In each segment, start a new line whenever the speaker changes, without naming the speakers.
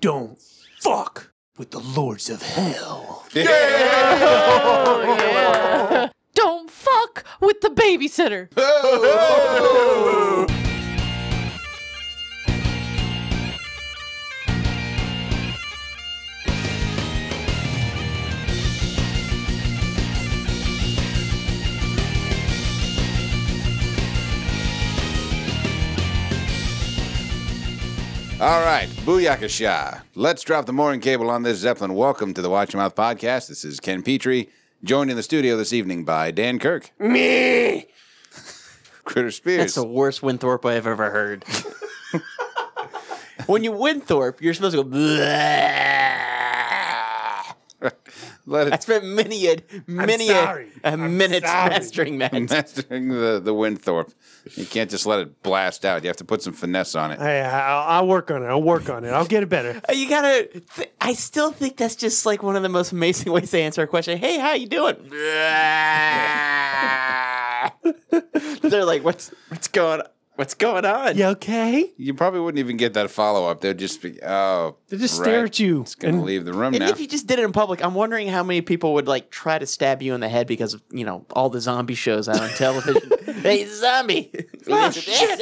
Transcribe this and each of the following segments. don't fuck with the lords of hell.
Don't fuck with the babysitter.
All right, booyakasha. Let's drop the mooring cable on this Zeppelin. Welcome to the Watch Your Mouth podcast. This is Ken Petrie, joined in the studio this evening by Dan Kirk,
Me!
Critter Spears.
That's the worst Winthorpe I've ever heard. when you Winthorpe, you're supposed to go. "Bleh."
Let
I
it
spent many a many a,
sorry.
a
I'm
minute
sorry.
mastering that.
mastering the, the Winthorpe. You can't just let it blast out. You have to put some finesse on it.
Hey, I'll, I'll work on it. I'll work on it. I'll get it better.
Uh, You gotta. Th- I still think that's just like one of the most amazing ways to answer a question. Hey, how you doing? Bleh. They're like, what's what's going what's going on?
You okay?
You probably wouldn't even get that follow up. They'd just be, oh,
They just stare
right.
at you.
It's gonna
and
leave the room
And
now.
if you just did it in public, I'm wondering how many people would like try to stab you in the head because of you know all the zombie shows out on television. hey, zombie!
Oh, shit.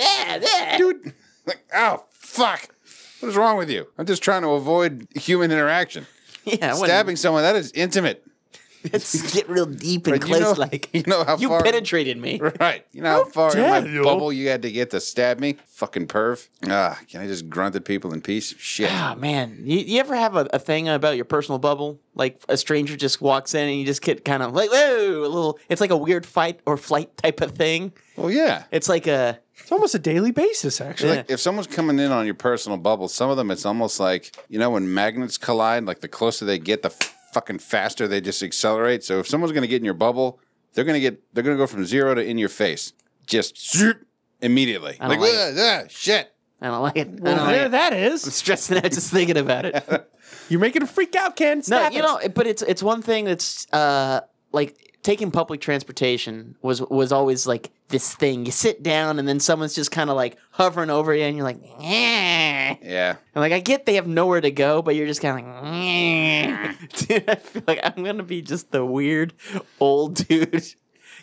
dude. Like, oh, fuck. What is wrong with you? I'm just trying to avoid human interaction.
Yeah, I wouldn't-
Stabbing someone, that is intimate.
Let's get real deep and
Right, you
close.
know-
like
you know how
you
far-
penetrated me.
Right. You know how far in my
dare you.
bubble you had to get to stab me? Fucking perv. Ah, can I just grunt at people in peace? Shit.
Oh man, you, you ever have a, a thing about your personal bubble? Like a stranger just walks in and you just get kind of like whoa, a little. It's like a weird fight or flight type of thing.
Well, yeah.
It's like a
It's almost a daily basis, actually.
Like if someone's coming in on your personal bubble, some of them it's almost like you know when magnets collide. Like the closer they get, the f- fucking faster they just accelerate. So if someone's gonna get in your bubble, they're gonna get they're gonna go from zero to in your face, just zoop, immediately.
I
Like "Ugh,
don't
ugh, shit.
I don't like it. I don't
Well,
like
there
it.
that
I'm
is.
stressing out just thinking about it.
You're making a freak out, Ken.
No,
Stop
you
it.
know, but it's it's one thing that's uh like taking public transportation was was always like this thing. You sit down and then someone's just kind of like hovering over you, and you're like, yeah.
Yeah.
And like I get they have nowhere to go, but you're just kind of like, "Nyeh." dude. I feel like I'm gonna be just the weird old dude.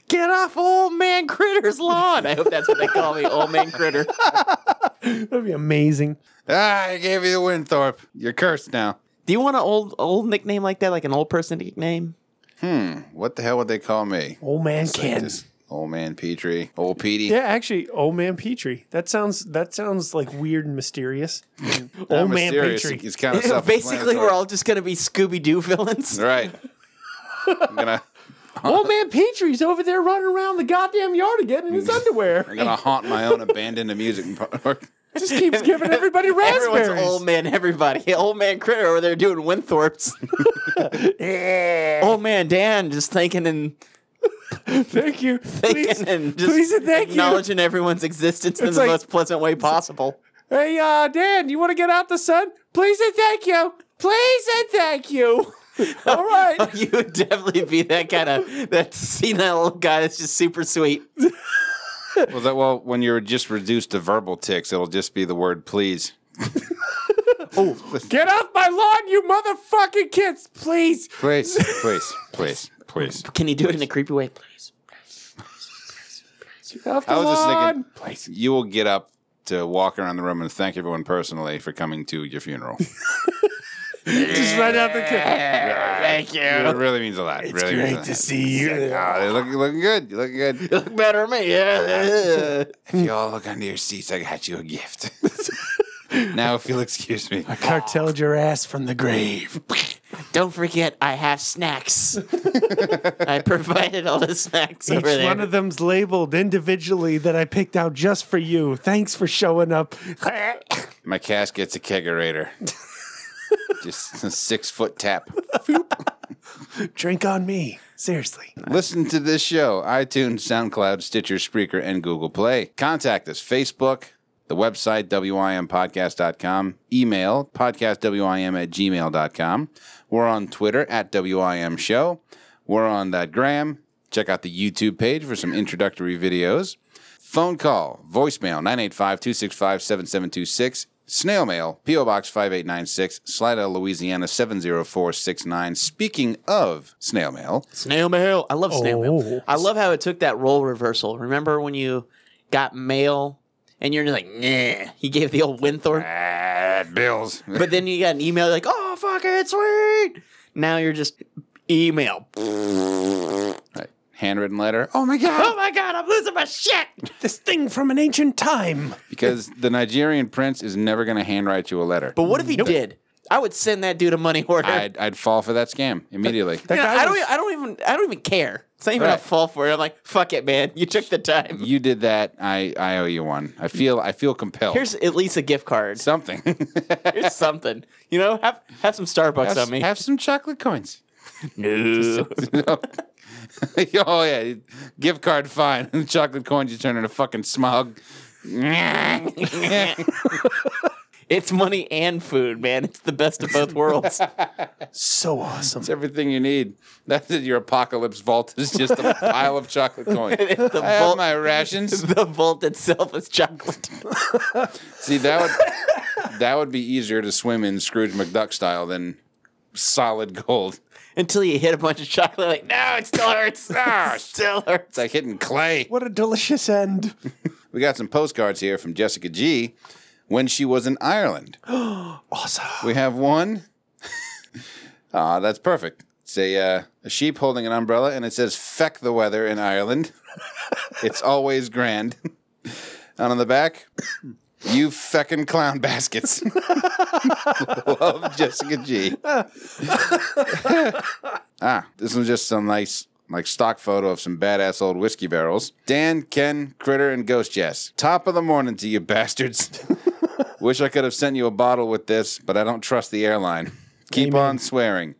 Get off old man Critter's lawn. I hope that's what they call me, old man Critter.
That'd be amazing.
Ah, I gave you the Winthorpe. You're cursed now.
Do you want an old old nickname like that, like an old person nickname?
What the hell would they call me?
Old man
It's like
Ken.
this old man Petrie, old Petey.
Yeah, actually, old man Petrie. That sounds that sounds like weird and mysterious. old man
mysterious.
Petrie.
It's kind of
Basically,
self-explanatory.
we're all just gonna be Scooby Doo villains.
right. I'm gonna
Old man Petrie's over there running around the goddamn yard again in his underwear.
I'm gonna haunt my own abandoned amusement park.
Just keeps giving everybody raspberries.
Everyone's old man, everybody. Old man Critter over there doing Winthorpe's. old man Dan just thinking and
Oh, Thank you.
thinking
Please,
and just
please and thank you.
acknowledging everyone's existence in
It's
the
like-
most pleasant way possible.
Hey, uh, Dan, you want to get out the sun? Please and thank you. Please and thank you. All right.
you would definitely be that kind of that senile old guy that's just super sweet.
Well, that, well, when you're just reduced to verbal ticks, it'll just be the word please.
Get off my lawn, you motherfucking kids. Please.
Please, please, please, please.
Can you do it in a creepy way, please?
Get off the
I was just
lawn.
thinking, You will get up to walk around the room and thank everyone personally for coming to your funeral.
Just right out the kid.
it
Thank you.
really means a lot. It's really means a lot.
see you.
Ah, you're looking, looking good. You're looking good.
Look better at me. Yeah.
If you all look under your seats, I got you a gift. now, if you'll excuse me.
Cartelled your ass from the grave.
Don't forget, I have snacks. I provided all the snacks
Each
over there.
one of them's labeled individually that I picked out just for you. Thanks for showing up.
My casket's a kegerator. Just a six foot tap.
Drink on me. Seriously.
Listen to this show iTunes, SoundCloud, Stitcher, Spreaker, and Google Play. Contact us Facebook, the website, WIMPodcast.com, email, podcastwim at gmail.com. We're on Twitter at WIM Show. We're on that gram. Check out the YouTube page for some introductory videos. Phone call, voicemail, 985 265 7726. Snail mail, P.O. Box 5896, Slida, Louisiana 70469. Speaking of snail mail,
Snail mail. I love snail
Oh.
mail. I love how it took that role reversal. Remember when you got mail and you're just like, yeah. He gave the old Winthorpe.
ah, bills.
but then you got an email like, oh fuck it, sweet. Now you're just email.
Handwritten letter. Oh my God.
Oh my god, I'm losing my shit.
This thing from an ancient time.
Because the Nigerian prince is never going to handwrite you a letter.
But what if he did? I would send that dude a money order.
I'd, I'd fall for that scam immediately.
That
You know,
guy
I don't.
was-
e- I don't even. I don't even care. It's not even
Right.
a fall for it. I'm like, fuck it, man. You took the time.
you did that. I, I owe you one. I feel I feel compelled.
Here's at least a gift card.
something.
Here's something. You know, have have some Starbucks
have,
on me.
have some chocolate coins.
no.
oh yeah, gift card fine. chocolate coins you turn into fucking smog.
it's money and food, man. It's the best of both worlds.
So awesome.
It's everything you need. That's it. Your apocalypse vault is just a pile of chocolate coins.
the,
I have
vault,
my rations.
the vault itself is chocolate.
See that would that would be easier to swim in Scrooge McDuck style than solid gold.
Until you hit a bunch of chocolate, like no, it still hurts. Ah, it still hurts.
It's like hitting clay.
What a delicious end.
We got some postcards here from Jessica G. When she was in Ireland.
Awesome.
We have one. Ah, that's perfect. It's a, uh, a sheep holding an umbrella, and it says "feck the weather" in Ireland. it's always grand. and on the back, you feckin' clown baskets. Love Jessica G. ah, this one's just some nice. Like stock photo of some badass old whiskey barrels. Dan, Ken, Critter, and Ghost Jess. Top of the morning to you bastards. Wish I could have sent you a bottle with this, but I don't trust the airline. Keep on swearing.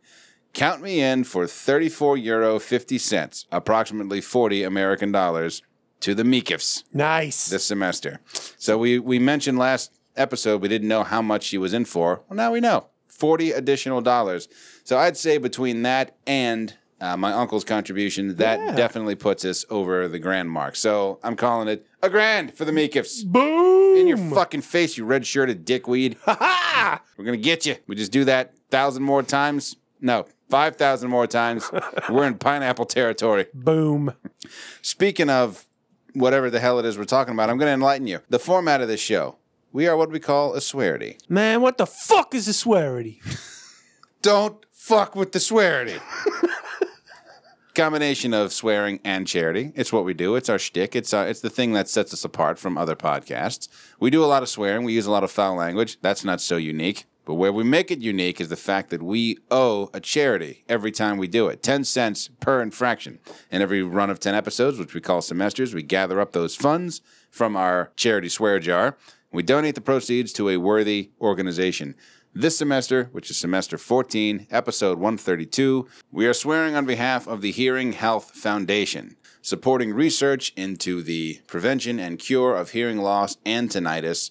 Count me in for 34 euro 50 cents, approximately 40 American dollars, to the Meekiffs
Nice.
this semester. So we we mentioned last episode we didn't know how much she was in for. Well, now we know forty additional dollars. So I'd say between that and uh, my uncle's contribution, that definitely puts us over the grand mark. So I'm calling it a grand for the Meekiffs. Boom! In your fucking face, you red-shirted dickweed.
ha!
We're gonna get you. We just do that thousand more times. No, five thousand more times. We're in pineapple territory.
Boom.
Speaking of whatever the hell it is we're talking about, I'm going to enlighten you. The format of this show, we are what we call a swearity.
Man, what the fuck is a swearity?
Don't fuck with the swearity. Combination of swearing and charity. It's what we do. It's our shtick. It's our, it's the thing that sets us apart from other podcasts. We do a lot of swearing. We use a lot of foul language. That's not so unique. But where we make it unique is the fact that we owe a charity every time we do it. 10 cents per infraction. And every run of 10 episodes, which we call semesters, we gather up those funds from our charity swear jar. We donate the proceeds to a worthy organization. This semester, which is semester 14, episode 132, we are swearing on behalf of the Hearing Health Foundation, supporting research into the prevention and cure of hearing loss and tinnitus.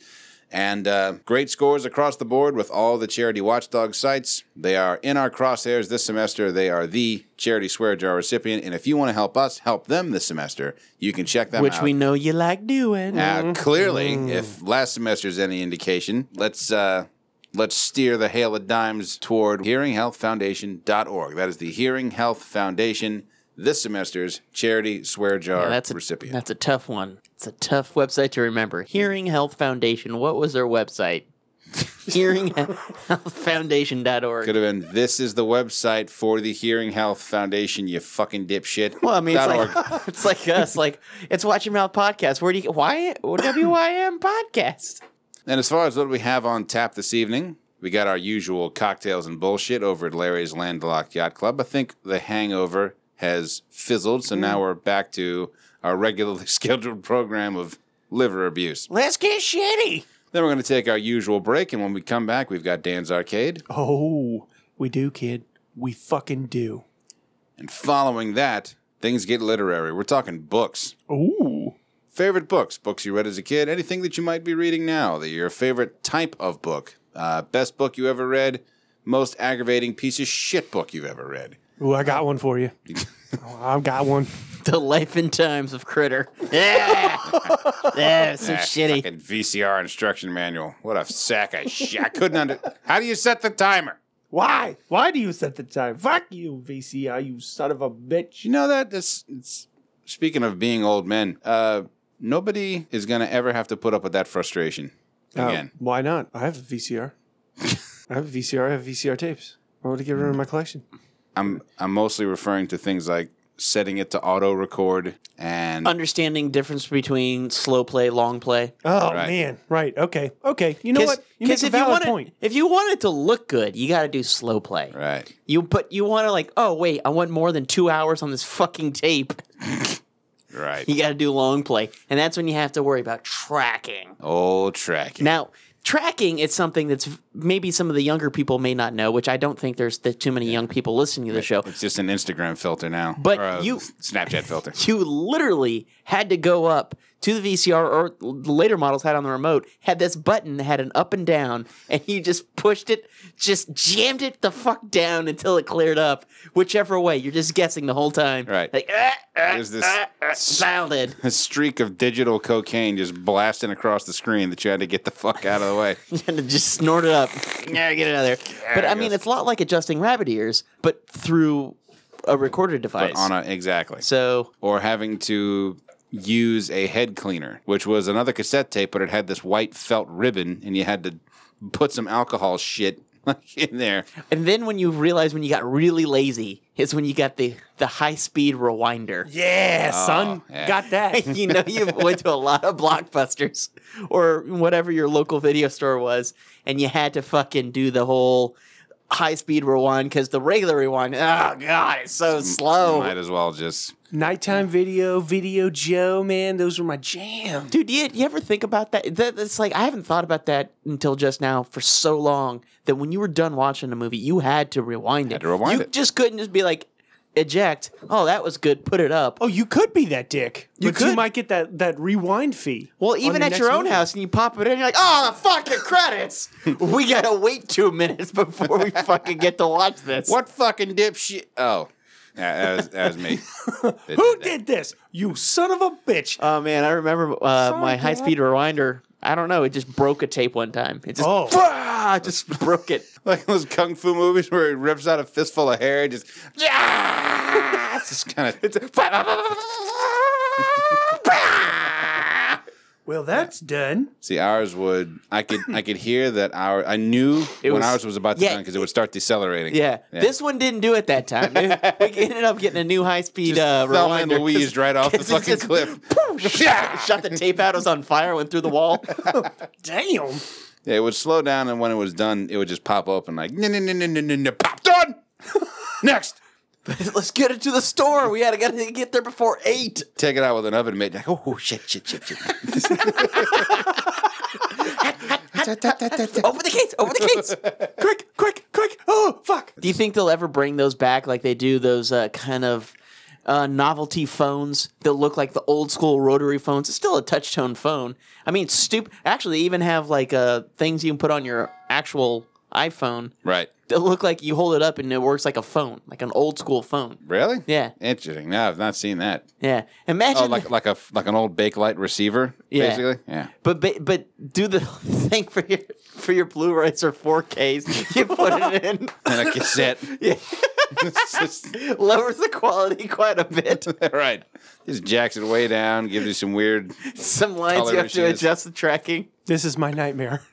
And uh, great scores across the board with all the charity watchdog sites. They are in our crosshairs this semester. They are the charity swear jar recipient. And if you want to help us help them this semester, you can check them out.
Which we know you like doing.
Uh, clearly,
Mm-hmm.
if last semester's any indication, let's uh, let's steer the hail of dimes toward hearinghealthfoundation.org. That is the Hearing Health Foundation this semester's charity swear jar
Yeah, that's a,
recipient.
That's a tough one. It's a tough website to remember. Hearing Health Foundation. What was their website? HearingHealthFoundation.org.
Could have been. This is the website for the Hearing Health Foundation. You fucking dipshit.
Well, I mean, it's
Dot org.
like, it's like us. Like it's Watch Your Mouth podcast. Where do you why WYM podcast?
And as far as what we have on tap this evening, we got our usual cocktails and bullshit over at Larry's Landlocked Yacht Club. I think the hangover has fizzled, so now we're back to our regularly scheduled program of liver abuse.
Let's get shitty.
Then we're going to take our usual break, and when we come back, we've got Dan's Arcade.
Oh, we do, kid. We fucking do.
And following that, things get literary. We're talking books.
Ooh.
favorite books, books you read as a kid, anything that you might be reading now, that your favorite type of book, uh, best book you ever read, most aggravating piece of shit book you've ever read.
Ooh, I got one for you. Oh, I've got one.
The Life and Times of Critter. Yeah, yeah so shitty.
Ah, Fucking VCR instruction manual. What a sack of shit. I couldn't under. How do you set the timer?
Why? Why do you set the time? Fuck you, VCR, you son of a bitch.
Do you know that this it's speaking of being old men, uh nobody is gonna ever have to put up with that frustration
Oh.
Uh,
again.
why not? I have a VCR. I have a VCR. I have VCR tapes. I want to get rid of my collection.
I'm I'm mostly referring to things like setting it to auto record and
Understanding difference between slow play, long play.
Oh
Right.
man, right? Okay, okay. You know what? You make a
if you
valid
want
point.
it, if you want it to look good, you got to do slow play.
right.
You but you want to like, oh wait, I want more than two hours on this fucking tape.
Right.
You got to do long play, and that's when you have to worry about tracking.
Old tracking.
Now, tracking is something that's maybe some of the younger people may not know, which I don't think there's th- too many young people listening to the show.
it's just an Instagram filter now.
But
or a
you-
Snapchat filter.
You literally had to go up to the VCR or the later models had on the remote, had this button that had an up and down, and you just pushed it, just jammed it the fuck down until it cleared up, whichever way. You're just guessing the whole time.
Right.
Like, ah, ah,
There's this-
ah, ah, sounded.
A streak of digital cocaine just blasting across the screen that you had to get the fuck out of the way.
and it just snort it up. Yeah, get it out of there. But I mean,
goes.
it's a lot like adjusting rabbit ears, but through a recorder device.
But on a exactly.
so
or having to use a head cleaner, which was another cassette tape, but it had this white felt ribbon, and you had to put some alcohol shit like in there.
and then when you realize when you got really lazy is when you got the the high speed rewinder.
Oh, yeah, son,
yeah.
got that.
you know you went to a lot of blockbusters or whatever your local video store was, and you had to fucking do the whole high speed rewind because the regular rewind, oh god, it's so
Mm,
slow.
Might as well just
Nighttime video, video Joe, man, those were my jam.
Dude, do you, do you ever think about that? that? It's like I haven't thought about that until just now for so long that when you were done watching a movie, you had to rewind it.
to rewind
you
it.
just couldn't just be like, eject. Oh, that was good. Put it up.
Oh, you could be that dick. You but you
could.
might get that that rewind fee.
Well,
on
even at
next
your own
movie.
house, and you pop it in, you're like, oh, fuck the credits. we gotta wait two minutes before we fucking get to watch this.
what fucking dipshit? Oh, yeah, that was, that was me.
Who
That that.
did this? You son of a bitch.
Oh man, I remember uh, my
Dad.
high speed rewinder. I don't know. It just broke a tape one time. It just,
Oh.
Bah! just broke it.
Like those kung fu movies where he rips out a fistful of hair and just yeah, it's just kind of.
Well, that's done.
See, ours would I could I could hear that our I knew
It
when
was-
ours was about to
yeah,
done because it would start decelerating.
Yeah. This one didn't do it that time. It- we ended up getting a new high speed uh,
Just fell in
rewinder.
Louise right off the
It's
fucking
just-
cliff.
shot, shot the tape out. It was on fire. Went through the wall.
Damn.
Yeah, it would slow down, and when it was done, it would just pop open like no no no no no no no pop done. Next,
Let's get it to the store. We gotta, gotta get there before eight.
take it out with an oven mitt. Like oh shit shit shit shit.
Open the case. Open the case.
quick, quick, quick. Oh, fuck.
do you think they'll ever bring those back like they do those uh, kind of uh, novelty phones that look like the old school rotary phones? It's still a touch tone phone. I mean, stupid. Actually, they even have like uh, things you can put on your actual iPhone.
Right,
that look like you hold it up and it works like a phone, like an old school phone.
really?
Yeah.
Interesting. No, I've not seen that.
Yeah. Imagine,
Oh, like like a like an old Bakelite receiver,
Yeah.
basically. Yeah.
but, but but do the thing for your for your Blu-rays or 4Ks. You put it in,
And a cassette.
Yeah.
It's just-
lowers the quality quite a bit.
right. Just jacks it way down, gives you some weird.
Some lines
Color
you have to
issues.
adjust the tracking.
This is my nightmare.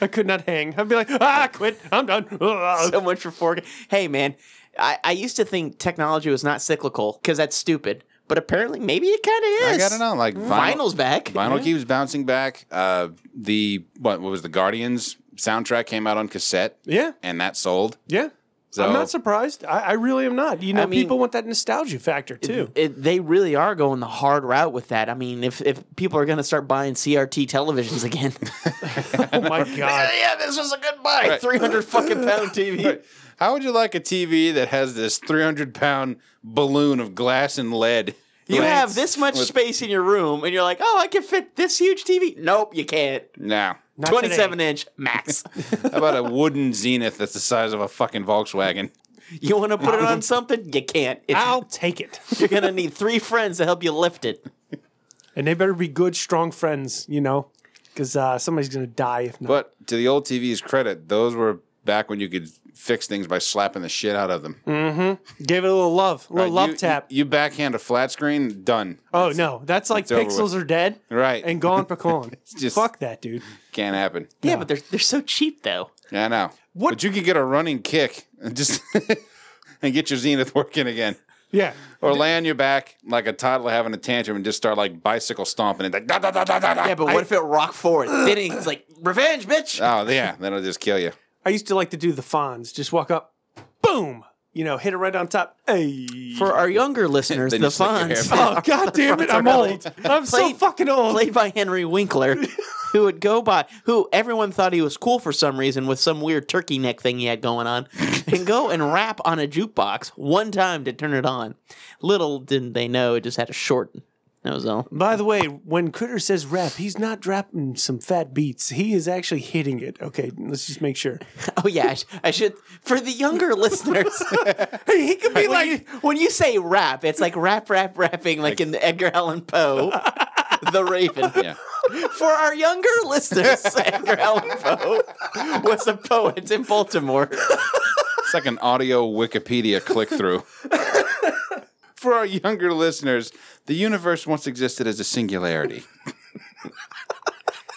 I could not hang. I'd be like, ah, quit. I'm done. Ugh.
So much for 4K. Hey man, I, I used to think technology was not cyclical because that's stupid, but apparently maybe it kind
I
of is.
gotta know, like vinyl,
Vinyl's back.
Vinyl keeps bouncing back. Uh, the what, what was the Guardians soundtrack came out on cassette,
yeah,
and that sold.
yeah.
So
I'm not surprised. I, I really am not. You know,
I mean-
people want that nostalgia factor too.
it, they really are going the hard route with that. I mean, if, if people are going to start buying CRT televisions again,
oh my god.
yeah, this was a good buy.
Right.
Three hundred fucking pound TV.
How would you like a TV that has this 300 pound balloon of glass and lead?
You
Like,
have this much space in your room, and you're like, oh, I can fit this huge TV. Nope, you can't.
now.
Not today.
Twenty-seven inch max.
How about a wooden zenith that's the size of a fucking Volkswagen?
You want to put it on something? You can't. It's-
I'll take it.
You're gonna need three friends to help you lift it.
And they better be good, strong friends, you know, because uh, somebody's going to die if not.
But to the old TV's credit, those were back when you could fix things by slapping the shit out of them.
Give it a little love, a little
Right,
Mm. love
you,
tap.
You, you backhand a flat screen, done.
oh, no. That's like
it's over
pixels
with.
are dead
Right.
and gone pecan.
just-
Fuck that, dude.
Can't happen.
Yeah, but they're they're so cheap though.
Yeah, I know.
What-
But you could get a running kick and just and get your zenith working again.
Yeah.
Or lay on your back like a toddler having a tantrum and just start like bicycle stomping and like da da da da da da.
Yeah, but what if it rock forward? then he's like, revenge, bitch.
Oh yeah, that'll just kill you.
I used to like to do the Fonz. Just walk up, boom, you know, hit it right on top. Hey.
For our younger listeners,
Then
the
you stick your hair
Fonz,
back.
oh, God damn it. I'm old. I'm so
Played-
fucking old.
played by Henry Winkler, who would go by, who everyone thought he was cool for some reason with some weird turkey neck thing he had going on, and go and rap on a jukebox one time to turn it on. Little didn't they know it just had a short. That was all.
By the way, when Critter says rap, he's not dropping some fat beats. He is actually hitting it. Okay, let's just make sure.
Oh yeah, I, sh- I should for the younger listeners.
He could be
when, you, when you say rap, it's like rap, rap, rapping, like, in the Edgar Allan Poe, The Raven.
Yeah.
For our younger listeners, Edgar Allan Poe was a poet in Baltimore.
It's like an audio Wikipedia click through. For our younger listeners, the universe once existed as a singularity.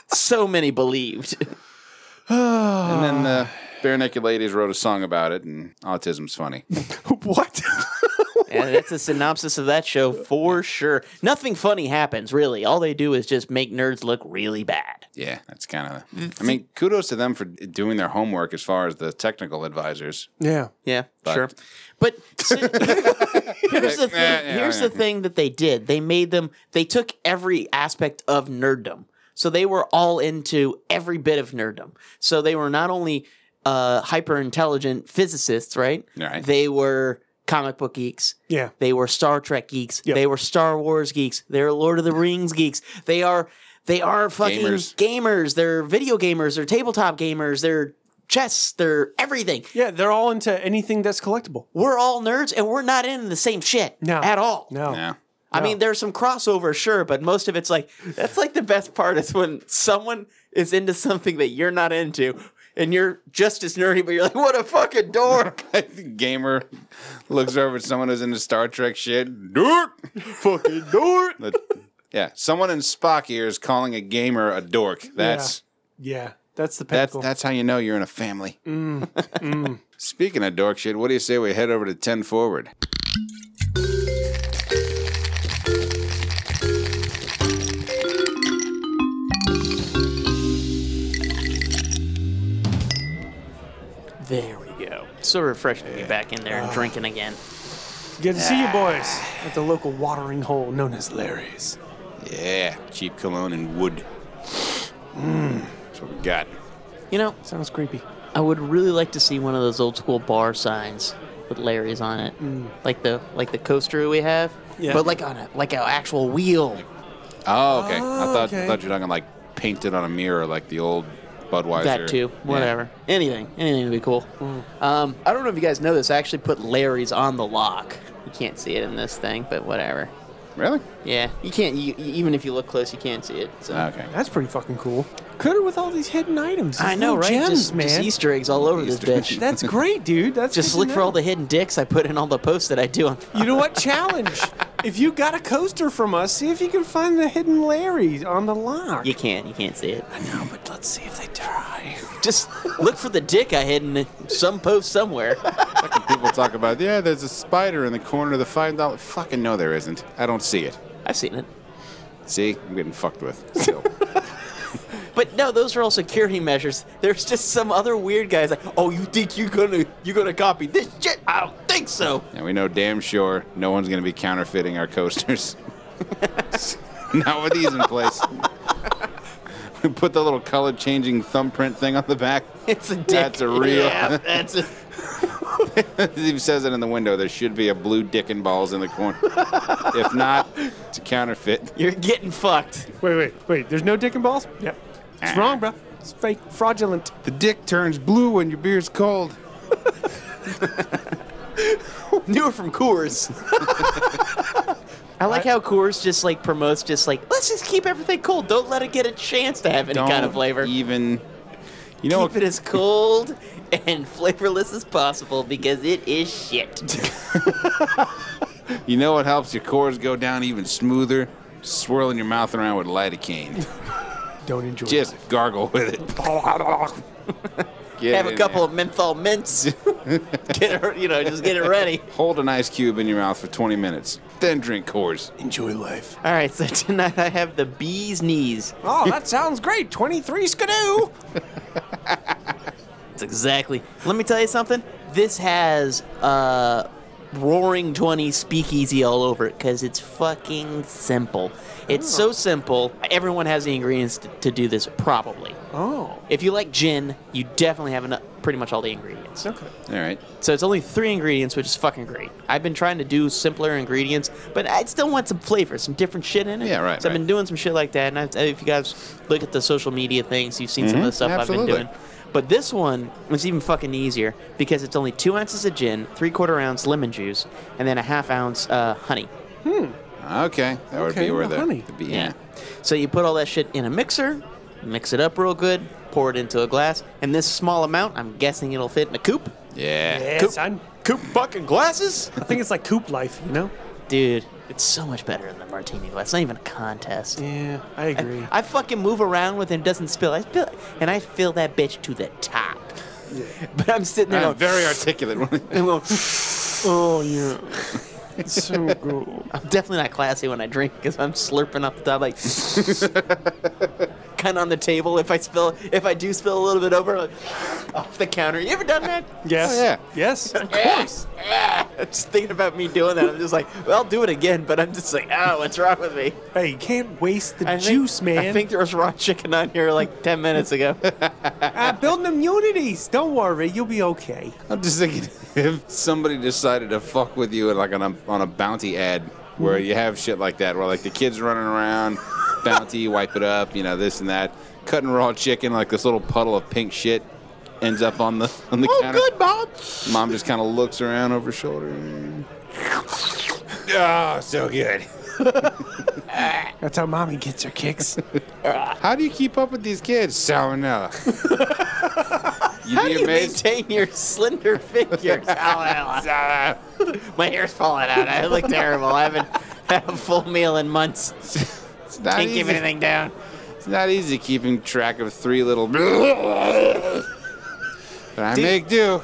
So many believed.
And then the bare naked ladies wrote a song about it, and autism's funny.
what?
And that's the synopsis of that show for sure. Nothing funny happens, really. All they do is just make nerds look really bad.
Yeah, that's kind of.
Mm,
I mean, kudos to them for doing their homework as far as the technical advisors.
yeah.
Yeah,
But-
sure. But so- here's the thing.
Yeah, yeah,
here's
yeah.
the thing that they did. They made them. They took every aspect of nerddom. So they were all into every bit of nerddom. So they were not only uh, hyper intelligent physicists, right?
Right.
They were comic book geeks.
Yeah.
They were Star Trek geeks.
Yep.
They were Star Wars geeks. They're Lord of the Rings geeks. They are they are fucking
Gamers.
gamers. They're video gamers. They're tabletop gamers. They're chess. They're everything.
Yeah, they're all into anything that's collectible.
We're all nerds and we're not in the same shit
No.
at all.
No.
Yeah.
I mean, there's some crossover, sure, but most of it's like that's like the best part is when someone is into something that you're not into and you're just as nerdy, but you're like, what a fucking dork.
Gamer looks over at someone who's into Star Trek shit. Dork! Fucking dork! yeah, someone in Spock ears calling a gamer a dork. That's
Yeah. That's the
that's
pinnacle.
that's how you know you're in a family. Speaking of dork shit, what do you say we head over to 10 forward?
There we go. So refreshing to be back in there and drinking again.
Good to see you boys at the local watering hole known as Larry's.
Yeah, cheap cologne and wood. That's what we got.
You know,
Sounds creepy.
I would really like to see one of those old school bar signs with Larry's on it, like the like the coaster we have,
Mm. Yeah.
but like on a like an actual wheel.
Oh, okay. I
Oh,
thought
okay.
I thought you were talking like painted on a mirror, like the old Budweiser.
That too,
Yeah. Mm.
whatever. Anything, anything would be cool. Um, I don't know if you guys know this. I actually put Larry's on the lock. You can't see it in this thing, but whatever.
Really?
Yeah, you can't. You, you- even if you look close, you can't see it. So.
Ah, Okay.
That's pretty fucking cool. Critter with all these hidden items.
I
these
know,
little
right?
Gems,
just,
man.
just Easter eggs all over
Easter
this
eggs.
bitch.
that's great, dude. That's
Just
good to
look for all
know.
the hidden dicks I put in all the posts that I do on
You know what? Challenge. if you got a coaster from us, see if you can find the hidden Larry on the lock.
You can't. You can't see it.
No, but let's see if they try.
Just look for the dick I hid in some post somewhere.
People talk about yeah, there's a spider in the corner of the five dollar. Fucking no, there isn't. I don't see it.
I've seen it.
See, I'm getting fucked with. Still.
But no, those are all security measures. There's just some other weird guys like, oh, you think you're gonna you're gonna copy this shit? I don't think so.
and we know damn sure no one's gonna be counterfeiting our coasters. Not with these in place. we put the little color changing thumbprint thing on the back.
It's a dick.
That's a real-
Yeah, that's a.
He says it in the window. There should be a blue dick and balls in the corner. if not, it's a counterfeit.
You're getting fucked.
Wait, wait, wait. There's no dick and balls? Yep. It's
Ah.
wrong, bro. It's fake, fraudulent.
The dick turns blue when your beer's cold.
Knew it from Coors. I like how Coors just like promotes just like let's just keep everything cool. Don't let it get a chance to have any kind
Don't
of flavor.
Even you know,
Keep it as cold and flavorless as possible because it is shit.
you know what helps your cores go down even smoother? Swirling your mouth around with lidocaine.
Don't enjoy.
Just gargle with it. Get
Have a
in
couple
there.
of menthol mints. get it, you know, just get it ready.
Hold an ice cube in your mouth for 20 minutes, then drink cores.
enjoy life.
All right, so tonight I have the bee's knees.
Oh, that sounds great. Twenty three skidoo.
That's exactly. Let me tell you something. This has uh, roaring twenty speakeasy all over it because it's fucking simple. It's so simple. Everyone has the ingredients to, to do this probably.
Oh,
If you like gin, you definitely have enough, pretty much all the ingredients.
okay.
All right.
So it's only three ingredients, which is fucking great. I've been trying to do simpler ingredients, but I still want some flavor, some different shit in it.
Yeah, right,
So I've
right.
been doing some shit like that. And I've, if you guys look at the social media things, you've seen some of the stuff
Mm-hmm. absolutely.
I've been doing. But this one was even fucking easier because it's only two ounces of gin, three quarter ounce lemon juice, and then a half ounce uh, honey.
Okay. That would
Okay,
be where
the
the,
honey.
the bee- yeah.
So you put all that shit in a mixer, mix it up real good, pour it into a glass, and this small amount, I'm guessing it'll fit in a coupe.
Yeah.
Yeah, son.
Coupe fucking glasses?
I think it's like coop life, you know?
Dude, it's so much better than the martini glass. It's not even a contest.
Yeah, I agree.
I fucking move around with it and it doesn't spill. I spill and I fill that bitch to the top. But I'm sitting there
I'm
going,
very articulate.
I'm, going,
oh yeah, it's so cool.
I'm definitely not classy when I drink because I'm slurping up the top like kind of on the table. If I spill, if I do spill a little bit over like, off the counter, you ever done that?
Yes.
Oh, yeah.
Yes.
course. Just thinking about me doing that, I'm just like, well, I'll do it again. But I'm just like, oh, what's wrong with me?
Hey, you can't waste the
I think-
juice, man.
I think there was raw chicken on here like 10 minutes ago.
Ah, building immunities. Don't worry, you'll be okay.
I'm just thinking if somebody decided to fuck with you like on a, on a bounty ad where you have shit like that, where like the kids running around, bounty, wipe it up, you know, this and that, cutting raw chicken, like this little puddle of pink shit ends up on the on the counter.
Oh, Mom.
Mom just kind of looks around over her shoulder.
Ah,
Oh, so good.
That's how mommy gets her kicks.
How do you keep up with these kids? Salmonella. You'd
How
be
do you
amazed.
maintain your slender figures? My hair's falling out. I look terrible. I haven't had a full meal in months.
It's not
Can't keep
easy.
anything down.
It's not easy keeping track of three little. but I make do.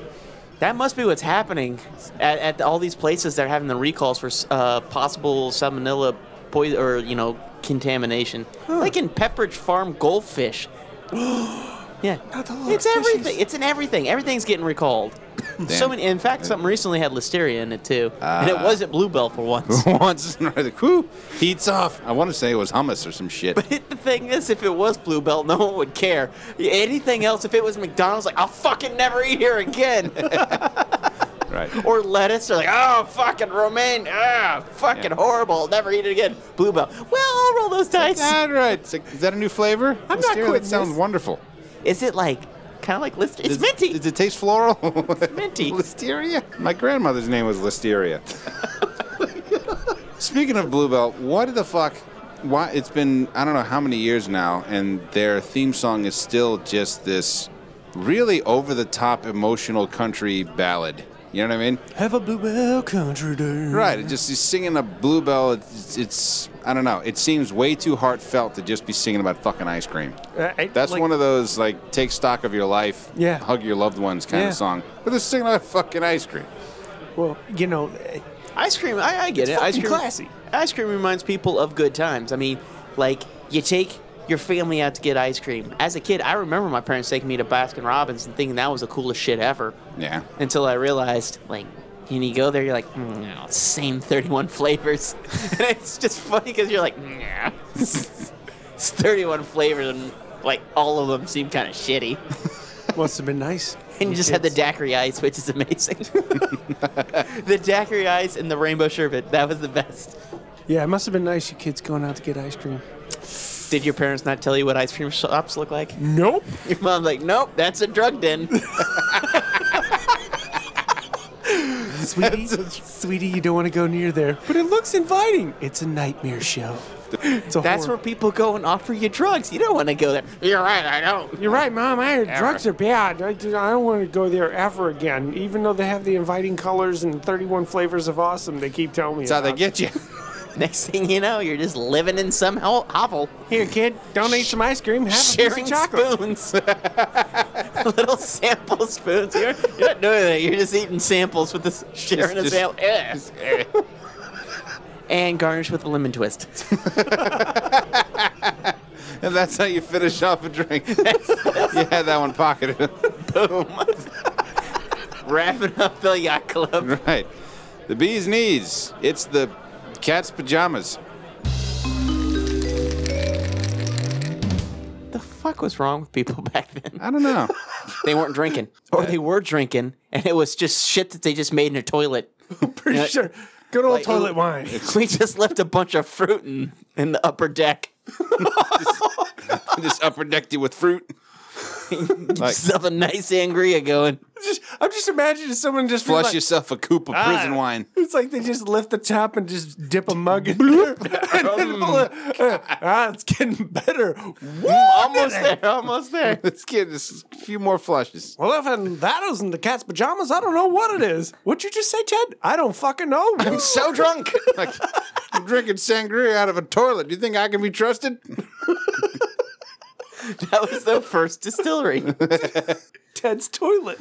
That must be what's happening at, at all these places. They're having the recalls for uh, possible salmonella poison or you know contamination, like in Pepperidge Farm goldfish. yeah,
Not the little
it's
fishies.
everything. It's in everything. Everything's getting recalled. so
Damn.
many. In fact, something recently had listeria in it too, and it wasn't bluebell for once.
Once another, whoo, heats off. I want to say it was hummus or some shit.
the thing is, if it was bluebell, no one would care. Anything else, if it was McDonald's, like I'll fucking never eat here again.
Right.
or lettuce. They're like, oh, fucking romaine, ah, fucking
Yeah.
horrible. I'll never eat it again. Bluebell. Well, I'll roll those dice.
All right. It's like, Is that a new flavor?
I'm not
Listeria,
quitting
That sounds
this.
wonderful.
Is it like kind of like list? It's
Does-
minty.
Does it taste floral?
minty.
Listeria? My grandmother's name was Listeria. Speaking of Bluebell, what the fuck? Why it's been I don't know how many years now, and their theme song is still just this really over the top emotional country ballad. You know what I mean?
Have a bluebell country day.
Right. It just is singing a Bluebell. It's, it's I don't know. It seems way too heartfelt to just be singing about fucking ice cream.
Uh, I-
That's
like-
one of those like take stock of your life,
Yeah.
hug your loved ones kind
Yeah.
of song. But they're singing about fucking ice cream.
Well, you know, eh,
Ice cream. I, I get it. Ice
fucking
cream.
classy.
Ice cream reminds people of good times. I mean, like you take your family out to get ice cream. As a kid, I remember my parents taking me to Baskin Robbins and thinking that was the coolest shit ever.
Yeah.
until I realized, like, when you go there, you're like, "Mm, no, same 31 flavors. and it's just funny because you're like, nah. it's 31 flavors, and like all of them seem kind of shitty.
must have been nice.
And you just had the daiquiri ice, which is amazing. the daiquiri ice and the rainbow sherbet, that was the best.
Yeah, it must have been nice. You kids going out to get ice cream.
Did your parents not tell you what ice cream shops look like?
Nope.
Your mom's like, nope, that's a drug den.
Sweetie, sweetie, you don't want to go near there, but it looks inviting. It's a nightmare show. It's a
That's where
horror.
people go and offer you drugs. You don't want to go there. You're right, I don't.
You're right, Mom. I heard
drugs
are bad. I, don't want to go there ever again. Even though they have the inviting colors and 31 flavors of awesome, they keep telling me.
That's how they get you.
Next thing you know, you're just living in some ho- hovel,
Here, kid, donate some ice cream. Have a
sharing
piece of chocolate.
spoons, little sample spoons. You're, you're not doing that. You're just eating samples with this sharing a
just-
sample. Eh. and garnish with a lemon twist.
and that's how you finish off a drink. you had that one pocketed.
Wrapping up the yacht club.
right. The bee's knees. It's the cat's pajamas.
the fuck was wrong with people back then?
I don't know.
They weren't drinking, or they were drinking, and it was just shit that they just made in a toilet.
Pretty sure. Good old
Like,
toilet
ooh.
wine.
We just left a bunch of fruit in, in the upper deck.
Just upper decked you with fruit. like,
Yourself a nice sangria going.
Just- I'm just imagining someone just being
flush
like,
yourself a coupe of prison wine.
It's like they just lift the top and just dip a mug in there. And
Oh,
then pull it. ah, it's getting better.
Almost there, almost there.
Let's get just a few more flushes.
Well, if and that isn't the cat's pajamas, I don't know what it is. What'd you just say, Ted? I don't fucking know.
I'm so drunk. like, I'm drinking sangria out of a toilet. Do you think I can be trusted?
That was the first distillery.
Ted's toilet.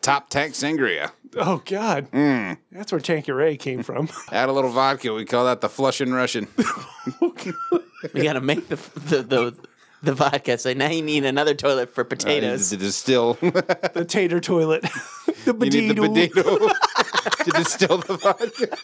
Top tank sangria.
Oh God,
Mm.
that's where Tanqueray came from.
Add a little vodka. We call that the flushing Russian.
We gotta make the the the, the vodka. So now you need another toilet for potatoes.
to distill. you
the tater toilet. the
need the
potato.
potato to distill the vodka.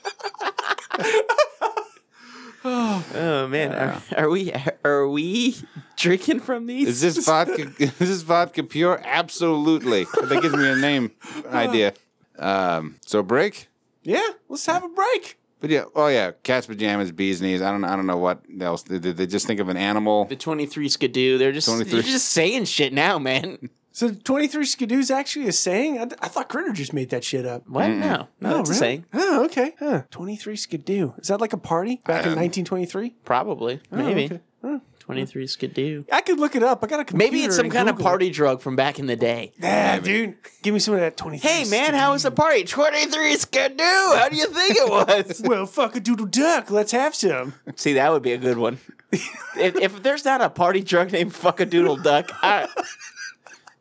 oh man, are, are we are we drinking from these?
Is this vodka? Is this vodka pure? Absolutely. That gives me a name idea. Um, so break.
yeah, let's have a break.
But yeah, oh yeah, cat's pajamas, bees knees. I don't, I don't know what else. Did did they just think of an animal?
the twenty three skidoo. They're just
23.
you're just saying shit now, man.
So, twenty-three skidoo's actually a saying. I, I thought Critter just made that shit up.
What? No, no, that's a
really?
saying.
Oh, okay. Huh. Twenty-three skidoo. Is that like a party back in
Um,
nineteen twenty-three?
Probably, maybe
okay.
twenty three skidoo.
I could look it up. I got a computer.
Maybe it's some
and
kind of
Google it.
party drug from back in the day.
Yeah, dude. Give me some of that twenty-three.
Hey man, how was the party? Twenty three skidoo. How do you think it was?
Well, fuck a doodle duck. Let's have some.
See, that would be a good one. if, if there's not a party drug named Fuckadoodle Duck, I,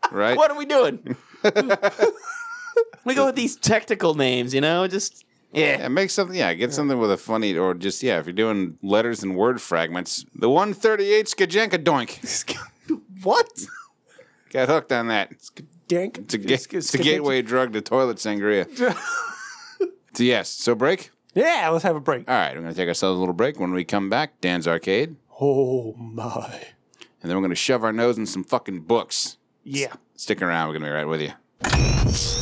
Right.
what are we doing? we go with these technical names, you know? Just, yeah.
Yeah, make something. Yeah, get something with a funny or just yeah. If you're doing letters and word fragments, the 138 Skajenka Doink
What?
got hooked on that. It's,
Dank.
a, ga- it's a gateway drug to toilet sangria. so yes, so break.
Yeah, let's have a break.
All right, we're gonna take ourselves a little break. When we come back, Dan's arcade,
Oh my.
and then we're gonna shove our nose in some fucking books.
Yeah.
Stick around. We're gonna be right with you.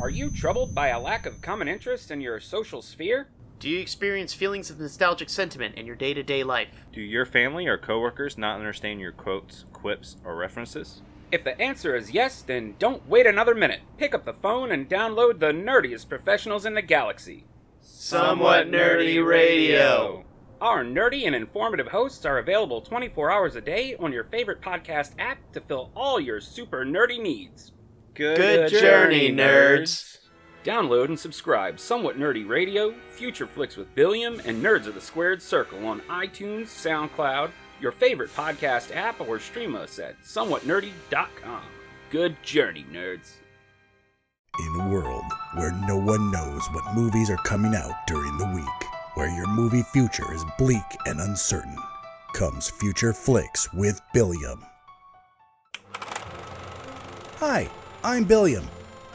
Are you troubled by a lack of common interests in your social sphere?
Do you experience feelings of nostalgic sentiment in your day to day life?
Do your family or coworkers not understand your quotes, quips, or references?
If the answer is yes, then don't wait another minute. Pick up the phone and download the nerdiest professionals in the galaxy.
Somewhat Nerdy Radio.
Our nerdy and informative hosts are available 24 hours a day on your favorite podcast app to fill all your super nerdy needs. Good,
Good journey, nerds.
Download and subscribe Somewhat Nerdy Radio, Future Flicks with Billiam, and Nerds of the Squared Circle on iTunes, SoundCloud, your favorite podcast app, or stream us at somewhatnerdy.com. Good journey, nerds.
In a world where no one knows what movies are coming out during the week, where your movie future is bleak and uncertain, comes Future Flicks with Billiam. Hi, I'm Billiam.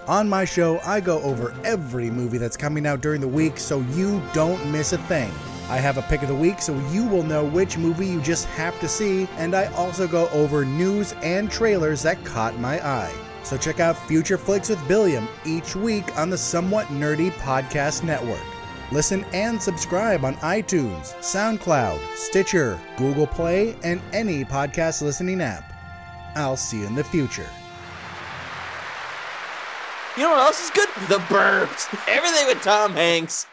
On my show, I go over every movie that's coming out during the week so you don't miss a thing. I have a pick of the week so you will know which movie you just have to see, and I also go over news and trailers that caught my eye. So check out Future Flicks with Billiam each week on the Somewhat Nerdy Podcast Network. Listen and subscribe on iTunes, SoundCloud, Stitcher, Google Play, and any podcast listening app. I'll see you in the future.
You know what else is good? The Burbs. Everything with Tom Hanks.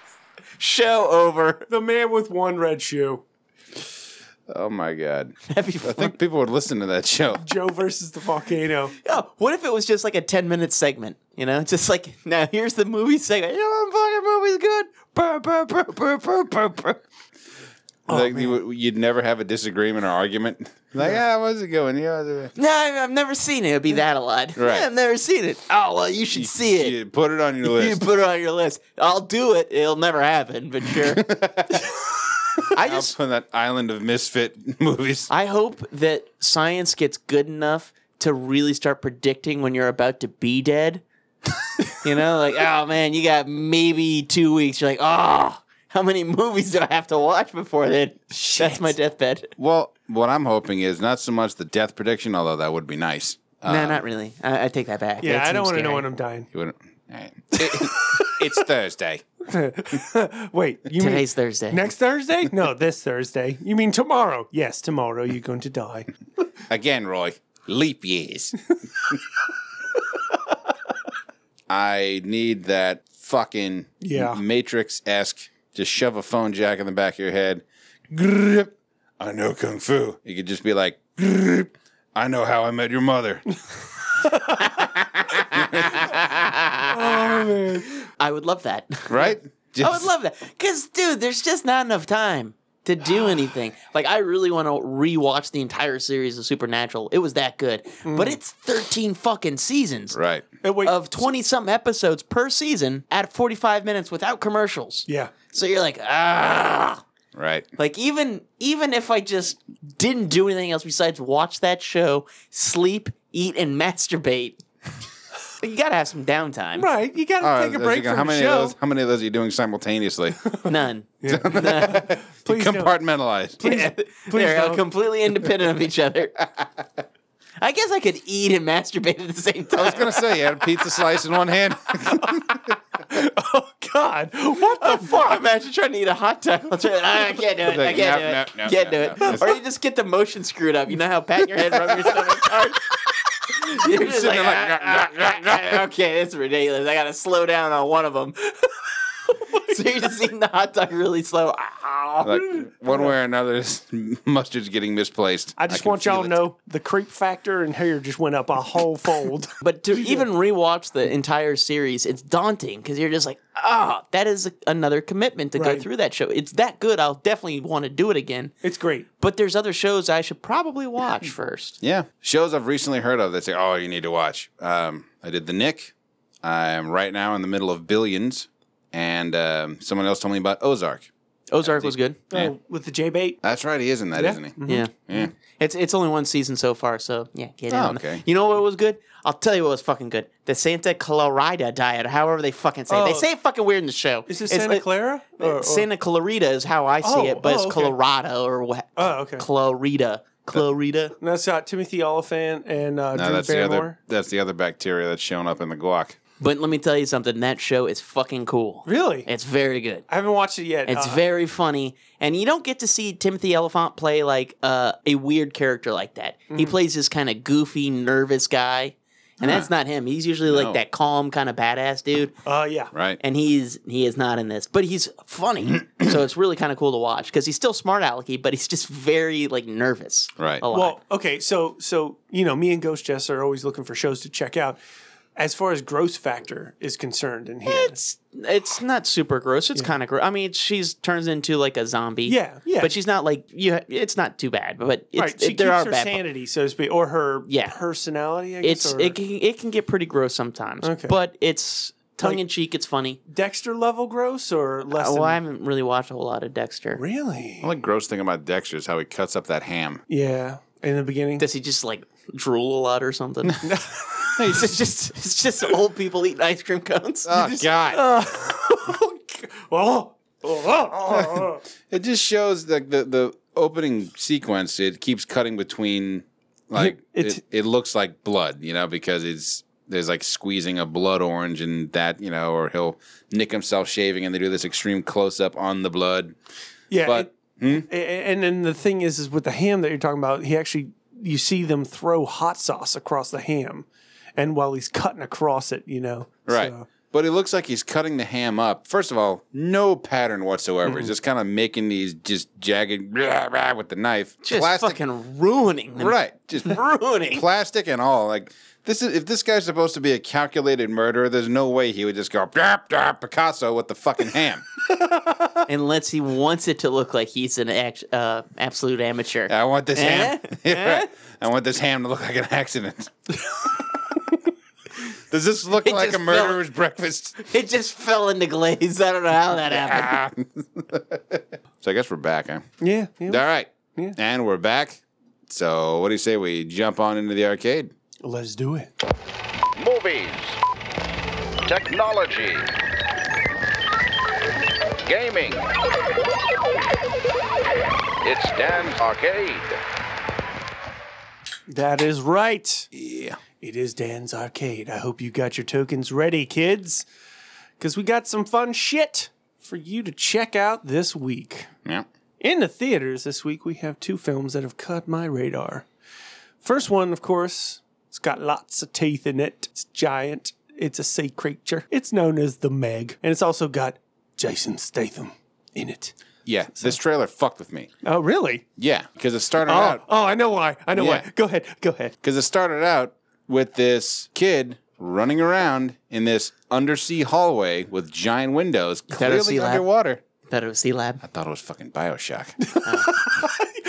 Show over.
The man with one red shoe.
Oh my god!
That'd be
I
fun.
think people would listen to that show.
Joe versus the volcano.
Oh, what if it was just like a 10 minute segment? You know, just like, now here's the movie segment. You know what fucking movie's good? Burr, burr, burr, burr, burr, burr, burr.
like you, would- you'd never have a disagreement or argument. Oh, Like, ah, where's it going? Yeah, where's it-
No, I- I've never seen it. It'd be that a lot.
Right.
I've never seen it. Oh, well, you should see it.
you put it on your
You
list.
put it on your list. I'll do it. It'll never happen, but sure. I
I'll
just
put on that island of misfit movies.
I hope that science gets good enough to really start predicting when you're about to be dead. you know, like oh man, you got maybe two weeks. You're like, oh, how many movies do I have to watch before then? That's my deathbed.
Well, what I'm hoping is not so much the death prediction, although that would be nice.
no, not really. I, I take that back.
Um, Yeah,
That
I don't
seems
want to know when
scary.
I'm dying.
Uh, You wouldn't- all right. It- it's Thursday.
Wait, you
Today's
mean
Thursday.
next Thursday? No, this Thursday. You mean tomorrow? Yes, tomorrow you're going to die.
Again, Roy, leap years. I need that fucking
Yeah.
Matrix esque. Just shove a phone jack in the back of your head. Grrrp. I know kung fu. You could just be like, "Grrrp. I know how I met your mother. Oh,
I would love that.
Right? Just,
I would love that. Because, dude, there's just not enough time to do anything. Like, I really want to rewatch the entire series of Supernatural. It was that good.
Mm.
But it's 13 fucking seasons
Right.
Uh, wait,
of 20 something episodes per season at 45 minutes without commercials.
yeah.
So you're like, ah.
Right.
Like even even if I just didn't do anything else besides watch that show, sleep, eat, and masturbate, you gotta have some downtime.
Right, you got to
All right,
take a
let's
break
go.
from
Uh,
the
how many
show.
Of those, how many of those are you doing simultaneously?
None.
Please don't.
Compartmentalized.
They're
don't.
completely independent of each other. I guess I could eat and masturbate at the same time.
I was gonna say you had a pizza slice in one hand.
Oh God, what the
Fuck, imagine trying to eat a hot dog. I'll try- I can't do it. I
Like, no,
can't do it.
no, no, no,
can't do it.
no.
Or you just get the motion screwed up. You know how patting your head, rubbing your stomach hard. You're just
sitting
like,
there like,
"Ah, ah, ah, ah, okay, it's ridiculous. I gotta slow down on one of them. so you're just eating the hot dog really slow. Ah. Ow.
Like one way or another, this mustard's getting misplaced.
I just
can
want y'all
feel
to
it.
know the creep factor in hair just went up a whole fold.
But to even rewatch the entire series, it's daunting because you're just like, ah, that is another commitment to
Right.
go through that show. It's that good. I'll definitely want to do it again.
it's great.
But there's other shows I should probably watch first.
Yeah, shows I've recently heard of that say, "Oh, you need to watch." Um, I did The Nick. I'm right now in the middle of Billions, and um, someone else told me about Ozark.
Ozark was good.
Yeah.
Oh, with the J bait.
That's right, he is in that,
Yeah. Mm-hmm.
not he?
Mm-hmm. Yeah.
Yeah.
It's it's only one season so far, so yeah, get in.
Oh,
on that.
okay.
You know what was good? I'll tell you what was fucking good. The Santa Clarita diet, or however they fucking say it. They
Oh.
say it fucking weird in the show.
Is it
It's
Santa
like-
Clara? Or- or-
Santa Clarita is how I see
Oh,
it, but it's
oh, okay.
Colorado or what?
Oh, okay.
Clarita. Clarita.
And that's got Timothy Oliphant and uh,
No,
Drew
that's the other.
Barrymore.
That's the other bacteria that's showing up in the guac.
But let me tell you something. That show is fucking cool.
Really?
It's very good.
I haven't watched it yet.
It's
Uh,
very funny, and you don't get to see Timothy Elephant play like uh, a weird character like that. He plays this kind of goofy, nervous guy, and that's not him. He's usually
No.
like that calm kind of badass dude,
Uh, yeah.
Right.
and he's he is not in this, but he's funny. so it's really kind of cool to watch because he's still smart alecky, but he's just very like nervous.
Right.
A lot.
Well, okay. So, so you know, me and Ghost Jess are always looking for shows to check out. As far as gross factor is concerned, in here,
it's it's not super gross. It's kind of gross. I mean, she's turns into like a zombie.
Yeah, yeah.
But she's not like you. ha- It's not too bad, but it's,
right? She
it- there
keeps
are
her
bad. parts.
sanity, so to speak, or her
Yeah.
personality. I guess,
it's
or
it can it can get pretty gross sometimes.
Okay.
But it's tongue in cheek. It's funny. Uh,
Dexter level gross or less.
well,
than,
I haven't really watched a whole lot of Dexter.
really?
The only gross thing about Dexter is how he cuts up that ham.
Yeah, in the beginning.
Does he just like drool a lot or something? it's just it's just old people eating ice cream cones.
Oh God!
oh, oh,
It just shows like the, the opening sequence. It keeps cutting between like
It's-
it, it looks like blood, you know, because it's there's like squeezing a blood orange and that, you know, or he'll nick himself shaving and they do this extreme close up on the blood.
yeah.
But hmm?
it- a- and then the thing is, is with the ham that you're talking about, he actually you see them throw hot sauce across the ham, and while he's cutting across it, you know.
Right.
So,
But it looks like he's cutting the ham up. First of all, no pattern whatsoever. He's just kind of making these just jagged blah, blah, with the knife.
Just fucking ruining them.
right. Just
Ruining.
plastic and all. Like this is if this guy's supposed to be a calculated murderer, there's no way he would just go blah, blah, Picasso with the fucking ham.
Unless he wants it to look like he's an act, uh, absolute amateur.
I want this ham.
Eh?
Yeah, right. I want this ham to look like an accident. Does this look like a
just felt-
murderer's breakfast?
It just fell into glaze. I don't know how that happened.
So I guess we're back, huh?
yeah. yeah.
All right.
Yeah.
And we're back. So what do you say we jump on into the arcade?
Let's do it.
Movies. Technology. Gaming. It's Dan's Arcade.
That is right.
Yeah.
It is Dan's Arcade. I hope you got your tokens ready, kids, because we got some fun shit for you to check out this week.
Yeah.
In the theaters this week, we have two films that have caught my radar. First one, of course, it's got lots of teeth in it. It's giant. It's a sea creature. It's known as the Meg, and it's also got Jason Statham in it.
Yeah. This trailer fucked with me.
Oh, really?
Yeah. Because it started
Oh,
out
oh, I know why. I know
Yeah.
why. Go ahead. Go ahead.
because it started out with this kid running around in this undersea hallway with giant windows,
that a
clearly
sea lab?
underwater.
Thought it was C Lab.
I thought it was fucking Bioshock.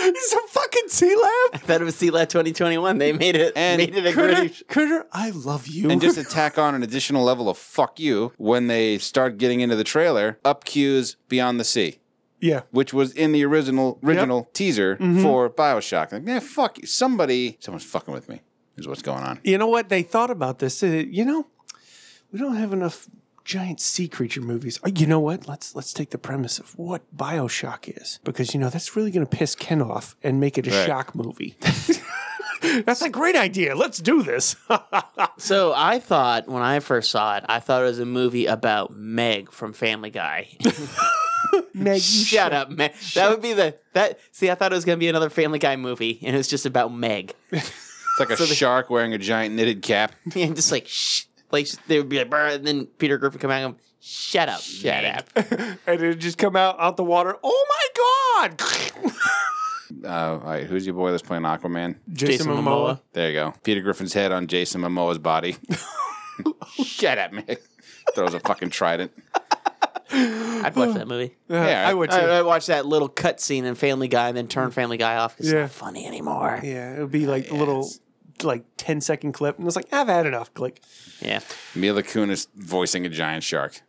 It's a fucking sea lab.
Thought it was C Lab 2021. They made it.
And
made it a
Critter,
British.
critter, I love you.
and just to tack on an additional level of fuck you when they start getting into the trailer, up cues Beyond the Sea,
yeah,
which was in the original original teaser for Bioshock. Like, man, fuck you. Somebody, someone's fucking with me. Is what's going on.
you know what they thought about this? Uh, you know, we don't have enough giant sea creature movies. Uh, You know what? Let's let's take the premise of what Bioshock is because you know that's really going to piss Ken off and make it a
Right.
shock movie. that's a great idea. Let's do this.
So I thought when I first saw it, I thought it was a movie about Meg from Family Guy.
Meg, you
Shut up, Meg. That would be the that. See, I thought it was gonna be another Family Guy movie, and it was just about Meg.
It's like a shark wearing a giant knitted cap.
and just like shh, like they would be like, "Brr," and then Peter Griffin come out and go, "Shut up, shut up."
and it just come out out the water. Oh my god! Jason,
Uh, all right, who's your boy that's playing Aquaman?
Momoa.
There you go. Peter Griffin's head on Jason Momoa's body. Shut up, man. Throws a fucking trident.
I'd watch that movie.
Yeah,
I would too.
I, I watched that little cut scene in Family Guy and then turn Family Guy off. 'cause
Yeah.
It's not funny anymore. Yeah.
yeah, it would be like a little like 10 second clip, and it's like I've had enough. Click.
Mila Kunis voicing a giant shark.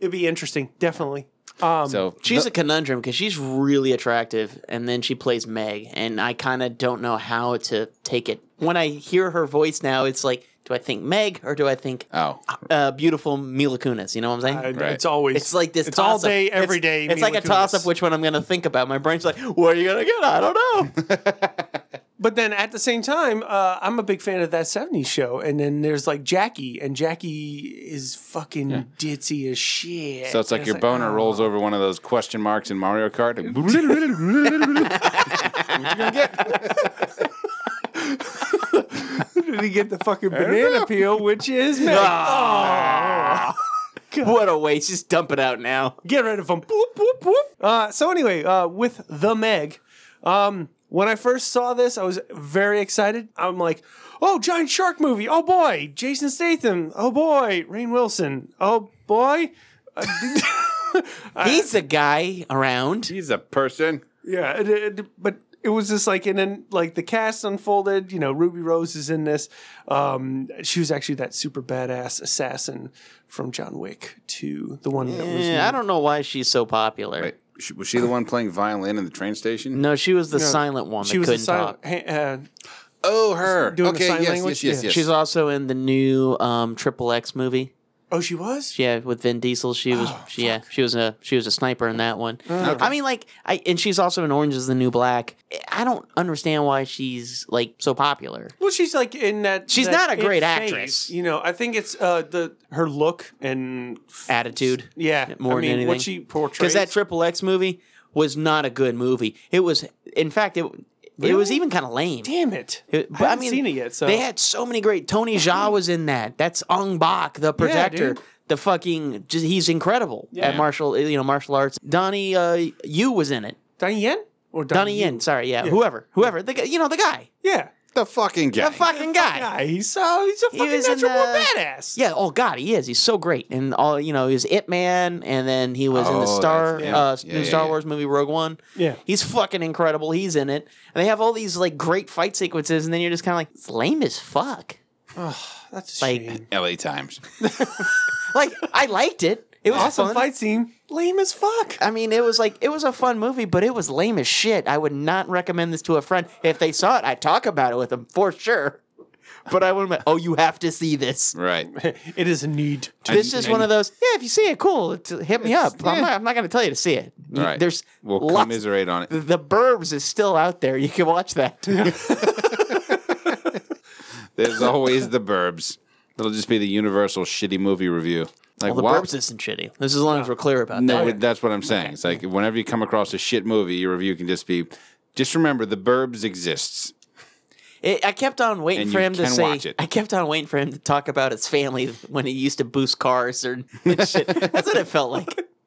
It'd be interesting, definitely. Um,
So
She's
the-
a conundrum because she's really attractive, and then she plays Meg, and I kind of don't know how to take it. When I hear her voice now, it's like, do I think Meg or do I think
oh,
uh, beautiful Mila Kunis? You know what I'm saying?
I-
Right.
It's always
It's like this.
It's all
toss-up.
day, every
It's-
day.
It's, like
Mila
a
Kunis.
toss up which one I'm going to think about. My brain's like, where are you going to get? I don't know.
But then at the same time, uh, I'm a big fan of that '70s show, and then there's like Jackie, and Jackie is fucking ditzy as shit.
so it's like your boner rolls over one of those question marks in Mario Kart. and boop.
Did he get the fucking banana peel, which is me? Ah.
what a waste. Just dump it out now.
Get rid of him. Boop, boop, boop. Uh, so anyway, uh, with the Meg, um, when I first saw this, I was very excited. I'm like, oh, giant shark movie. Oh boy, Jason Statham. Oh boy, Rain Wilson. Oh boy.
He's a guy around.
He's a person.
Yeah, it, it- but it was just like, and then like the cast unfolded. You know, Ruby Rose is in this. Um, she was actually that super badass assassin from John Wick to the one that was.
Yeah, Eh, I don't know why she's so popular.
Wait, sh- was she the one playing violin in the train station?
No, she was the silent one
She
that
was
couldn't
the silent.
talk.
ha- Uh,
Oh, her.
Doing the
okay,
sign
yes,
language?
yes, yes,
Yeah.
yes.
She's also in the new um, Triple X movie.
oh, she was.
Yeah, with Vin Diesel, she was she, yeah she was a she was a sniper in that one. I mean, like I and she's also in Orange Is the New Black. I don't understand why she's like so popular.
Well, she's like in that.
She's
that
not a great
it
actress.
phase, you know, I think it's uh, the her look and
Attitude,
yeah,
more
I mean,
than anything.
what she portrays.
because that Triple X movie was not a good movie. It was, in fact, it It was even kind of lame.
Damn it.
It-
I haven't seen it yet, so
they had so many great. Tony Jaa was in that. That's Ong Bak, the protector.
dude.
the fucking just, he's incredible at martial you know martial arts. Donnie uh, Yu was in it.
Donnie Yen? Or Donnie,
Donnie Yen, sorry, yeah, whoever, whoever, the guy, you know the guy,
Yeah.
The fucking guy.
the fucking guy.
Yeah, he's so he's a
He
fucking
was in
natural
the-
badass.
Yeah, oh god, he is. He's so great, and all you know, he was It Man, and then he was in
Oh,
the Star
that's him.
uh,
Yeah,
new
yeah,
Star
yeah.
Wars movie Rogue One.
Yeah.
He's fucking incredible. He's in it, and they have all these like great fight sequences, and then you're just kind of like, it's lame as fuck.
That's a
Like-
shame.
LA Times.
Like I liked it. It was
Awesome
fun.
fight scene. Lame as fuck.
I mean, it was like it was a fun movie, but it was lame as shit. I would not recommend this to a friend. If they saw it, I'd talk about it with them for sure. But I wouldn't. be like, Oh, you have to see this.
Right.
It is a need. to-
This is one of those. Yeah, if you see it, cool. T- Hit me up. I'm not, I'm not going to tell you to see it. You-
Right.
There's
We'll
lots-
commiserate on it.
The, the Burbs is still out there. You can watch that.
There's always the burbs. That'll just be the universal shitty movie review. Like
well, the
why-
Burbs isn't shitty. This is as long as we're clear about
No,
that.
that's what I'm saying. It's like whenever you come across a shit movie, your review can just be, just remember the burbs exists.
It, I kept on waiting
And
for
you
him to
can
say.
watch it.
I kept on waiting for him to talk about his family when he used to boost cars or and shit. That's what it felt like.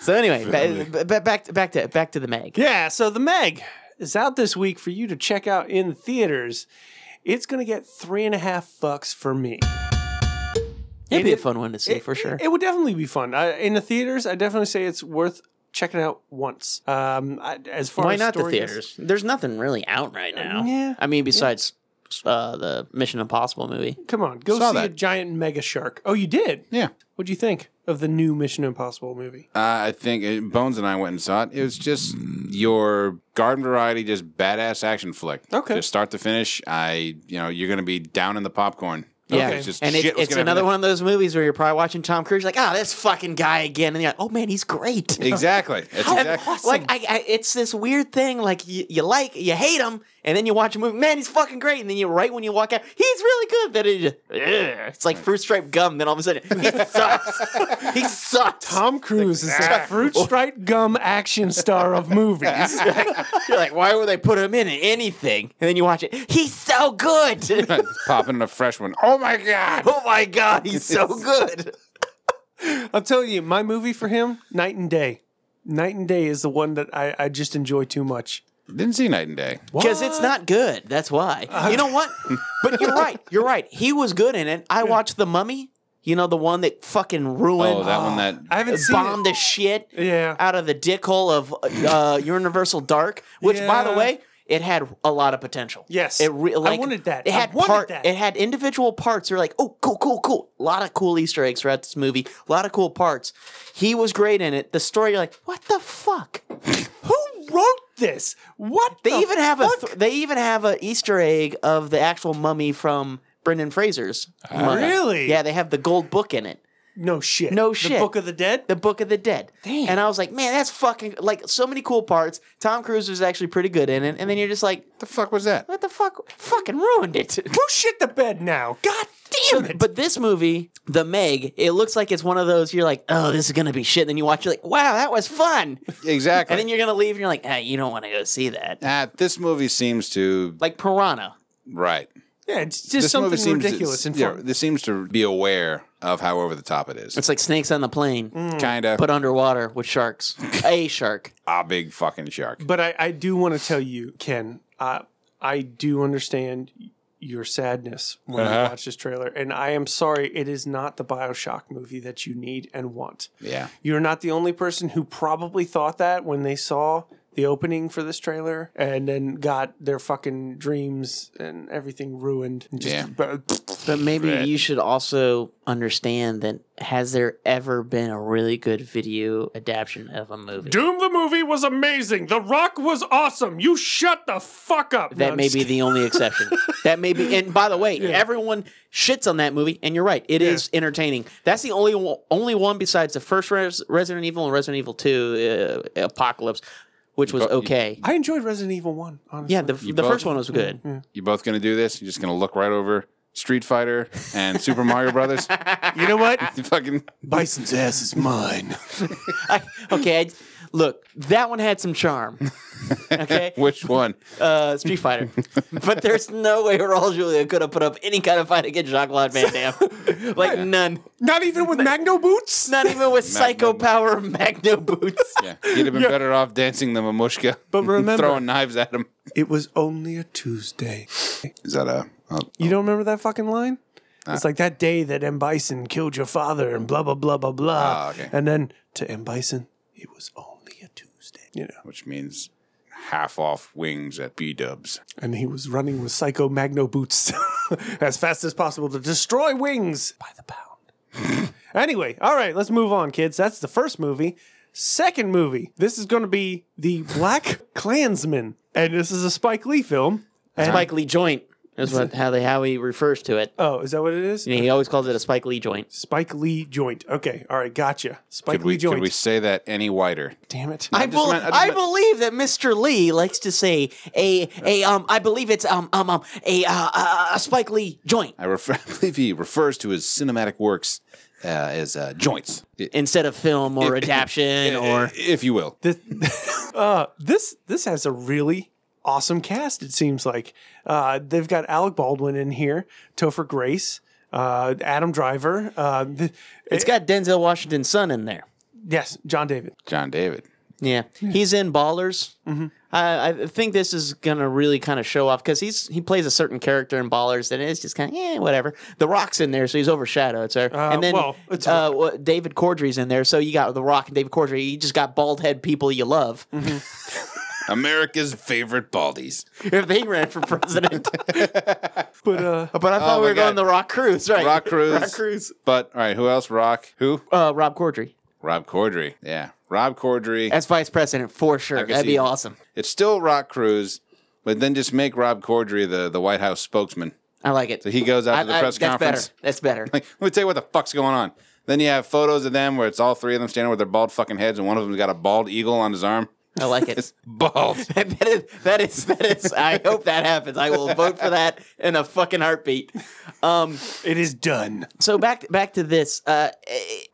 So anyway, ba- ba- back to, back to back to the Meg.
Yeah, so the Meg is out this week for you to check out in theaters. It's gonna get three and a half bucks for me.
It'd be
it-
a fun one to see
It-
for sure.
It, it would definitely be fun. I, in the theaters, I definitely say it's worth checking out once. Um, I, as far
Why
as
not the
story goes-
theaters? There's nothing really out right now.
yeah.
I mean, besides uh, the Mission Impossible movie.
Come on, go
Saw
see a
that.
giant mega shark. Oh, you did.
Yeah.
What do you think of the new Mission Impossible movie?
Uh, I think uh, Bones and I went and saw it. It was just your garden variety, just badass action flick.
Okay.
Just start to finish. I, you know, you're going to be down in the popcorn.
Yeah,
It's just
and
shit,
it's,
what's
it's
gonna
another
happen
one of those movies where you're probably watching Tom Cruise, you're like, oh, this fucking guy again, and you're like, oh man, he's great.
next? Exactly. That's
And,
exactly.
Like I, I, it's this weird thing. Like you, you like, you hate him, and then you watch a movie. Man, he's fucking great. And then you, right when you walk out, he's really good. Then it, just, ugh. it's like fruit stripe gum. Then all of a sudden, he sucks. he sucks.
Tom Cruise is the fruit stripe gum action star of movies.
You're like, why would they put him in anything? And then you watch it. He's so good.
Popping in a fresh one. Oh my God.
oh my god, he's so good.
I'm telling you, my movie for him, Night and Day. Night and Day is the one that I, I just enjoy too much.
Didn't see Night and Day.
Because it's not good. That's why. you know what? But you're right. You're right. He was good in it. I watched The Mummy. You know the one that fucking ruined
Oh, that one
uh,
that.
I haven't seen
bombed Uh,
it.
the shit
Yeah.
out of the dick hole of uh, Universal Dark, which, by the
Yeah.
way, it had a lot of potential.
Yes.
it re-
I
like,
wanted that.
It
I
had
wanted
part.
that.
It had individual parts. They're like, oh, cool, cool, cool. A lot of cool Easter eggs throughout this movie. A lot of cool parts. He was great in it. The story, you're like, what the fuck?
Who wrote this? What
They
the
even have
fuck?
a. th- they even have a Easter egg of the actual mummy from Brendan Fraser's. mummy.
really?
Yeah, they have the gold book in it.
No shit.
No
The
shit.
Book of the Dead?
The Book of the Dead. And I was like, man, that's fucking like so many cool parts. Tom Cruise was actually pretty good in it. And then you're just like,
the fuck was that?
what the fuck? Fucking ruined it.
Who shit the bed now? God damn it.
But this movie, The Meg, it looks like it's one of those you're like, oh, this is gonna be shit. And then you watch, you're like, wow, that was fun.
Exactly.
And then you're gonna leave, and you're like, ah, you don't want to go see that.
Ah, this movie seems to
Like Piranha.
right.
yeah, it's just
this
something
movie seems
ridiculous and
yeah,
fun.
this seems to be aware of how over the top it is.
It's like Snakes on the Plane,
kind of
but underwater with sharks. A shark.
a big fucking shark.
But I, I do want to tell you, Ken, uh, I do understand your sadness when I
Uh-huh.
watch this trailer. And I am sorry, it is not the Bioshock movie that you need and want.
Yeah.
You're not the only person who probably thought that when they saw the opening for this trailer and then got their fucking dreams and everything ruined. And just,
Yeah.
but-
But maybe you should also understand that has there ever been a really good video adaptation of a movie?
Doom the movie was amazing. The Rock was awesome. You shut the fuck up. No,
that
I'm
may
just
be
kidding.
the only exception. that may be, and by the way, everyone shits on that movie, and you're right, it is entertaining. That's the only one, only one besides the first Res- Resident Evil and Resident Evil Two uh, Apocalypse, which was
But you-
okay.
I enjoyed Resident Evil 1, honestly.
yeah, the,
you
the first
both-
one was good.
You both gonna do this? You're just gonna look right over Street Fighter and Super Mario Brothers.
you know what?
You fucking
Bison's ass is mine.
I, okay, I, Look, that one had some charm. Okay,
Which one?
uh, Street Fighter, but there's no way Raul Julia could have put up any kind of fight against Jean Claude Van Damme. like none,
Not even with Magno boots.
not even with Psycho Power Magno boots.
Yeah, he'd have been better off dancing the mamushka,
But remember-
throwing knives at him.
It was only a Tuesday.
Is that a? oh, Uh.
You don't remember that fucking line? It's like that day that M. Bison killed your father and blah, blah, blah, blah, blah.
Ah, okay.
And then to M. Bison, it was only a Tuesday. You know,
which means half off wings at B Dubs.
and he was running with Psycho Magno boots as fast as possible to destroy wings by the pound. anyway, all right, let's move on, kids. That's the first movie. Second movie, this is going to be The Black Klansman. And this is a Spike Lee film. And-
Spike Lee joint is what how they how he refers to it.
Oh, is that what it is?
You know, he always calls it a Spike Lee joint.
Spike Lee joint. Okay, all right, gotcha. Spike
Could we
Lee joint.
could we say that any wider?
Damn it.
I, bel-
meant- I
I,
just meant-
believe that Mr. Lee likes to say a a um I believe it's um um um a uh, uh, a Spike Lee joint
I, refer, I believe he refers to his cinematic works uh, as uh, joints, I-
instead of film or adaptation or
if you will.
This, uh, this this has a really awesome cast. It seems like uh, they've got Alec Baldwin in here, Topher Grace, uh, Adam Driver. Uh, th-
it's got Denzel Washington's son in there.
yes, John David.
John David.
Yeah, he's in Ballers.
Mm-hmm.
I, I think this is gonna really kind of show off because he's he plays a certain character in Ballers, and it's just kind of yeah, whatever. The Rock's in there, so he's overshadowed. So and then
well, it's The
uh, wha- David Cordry's in there, so you got The Rock and David Cordry. You just got bald head people you love.
Mm-hmm. America's favorite baldies.
if they ran for president,
But uh,
but I
Oh
thought we
my
were going
God.
the Rock Cruise, right?
Rock Cruise.
Rock Cruise.
But all right, who else? Rock. Who?
Uh, Rob Cordry
Rob Corddry. Yeah, Rob Corddry.
as vice president for sure.
can
That'd
see-
be awesome.
It's still Rock Cruise, but then just make Rob Corddry the, the White House spokesman.
I like it.
So he goes out to the press
that's
conference.
better. That's better.
Like, let me tell you what the fuck's going on. Then you have photos of them where it's all three of them standing with their bald fucking heads, and one of them's got a bald eagle on his arm.
I like it.
Bald.
that is, that is, that is, I hope that happens. I will vote for that in a fucking heartbeat. Um,
it is done.
so back, back to this, uh,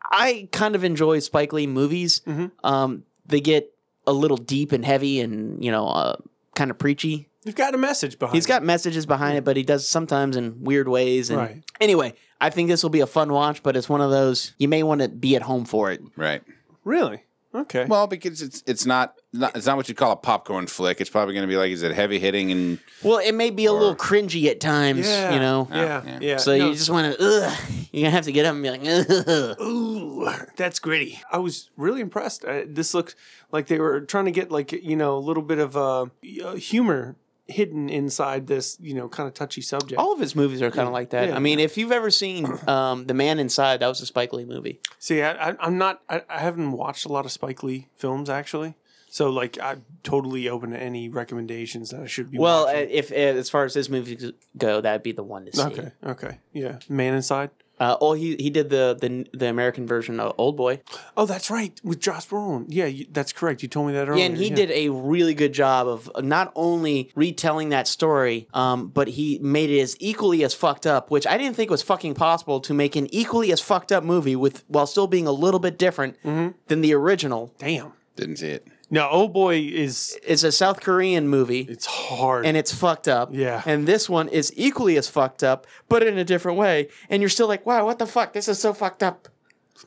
I kind of enjoy Spike Lee movies.
Mm-hmm.
Um, they get a little deep and heavy and, you know, uh, kind of preachy.
You've got a message behind.
He's got messages behind it, but he does sometimes in weird ways. And
Right.
anyway, I think this will be a fun watch, but it's one of those, you may want to be at home for it.
Right.
it. really okay.
Well, because it's it's not, not it's not what you call a popcorn flick. It's probably going to be like is it heavy hitting and
Well, it may be a little cringy at times,
yeah,
you know?
Yeah,
Yeah.
yeah.
So
No,
you just want to, you're gonna have to get up and be like, ugh.
Ooh, that's gritty. I was really impressed. Uh, this looked like they were trying to get like you know a little bit of uh, uh, humor hidden inside this you know kind of touchy subject.
All of his movies are kind of like that.
Yeah.
I mean, if you've ever seen um, The Man Inside, that was a Spike Lee movie.
See, I, I, I'm not. I, I haven't watched a lot of Spike Lee films actually, so like I'm totally open to any recommendations that I should be.
well, uh,
watching.
if uh, as far as his movies go, that'd be the one to see.
okay, okay, yeah. Man Inside.
Uh, oh, he he did the the the American version of Old Boy.
Oh, that's right, with Josh Brolin. Yeah, you, that's correct. You told me that earlier.
Yeah, and he did a really good job of not only retelling that story, um, but he made it as equally as fucked up, which I didn't think was fucking possible to make an equally as fucked up movie with while still being a little bit different
Mm-hmm.
than the original.
Damn.
didn't see it.
No, oh boy, is
It's a South Korean movie.
it's hard.
and it's fucked up.
Yeah.
And this one is equally as fucked up, but in a different way. And you're still like, wow, what the fuck? This is so fucked up.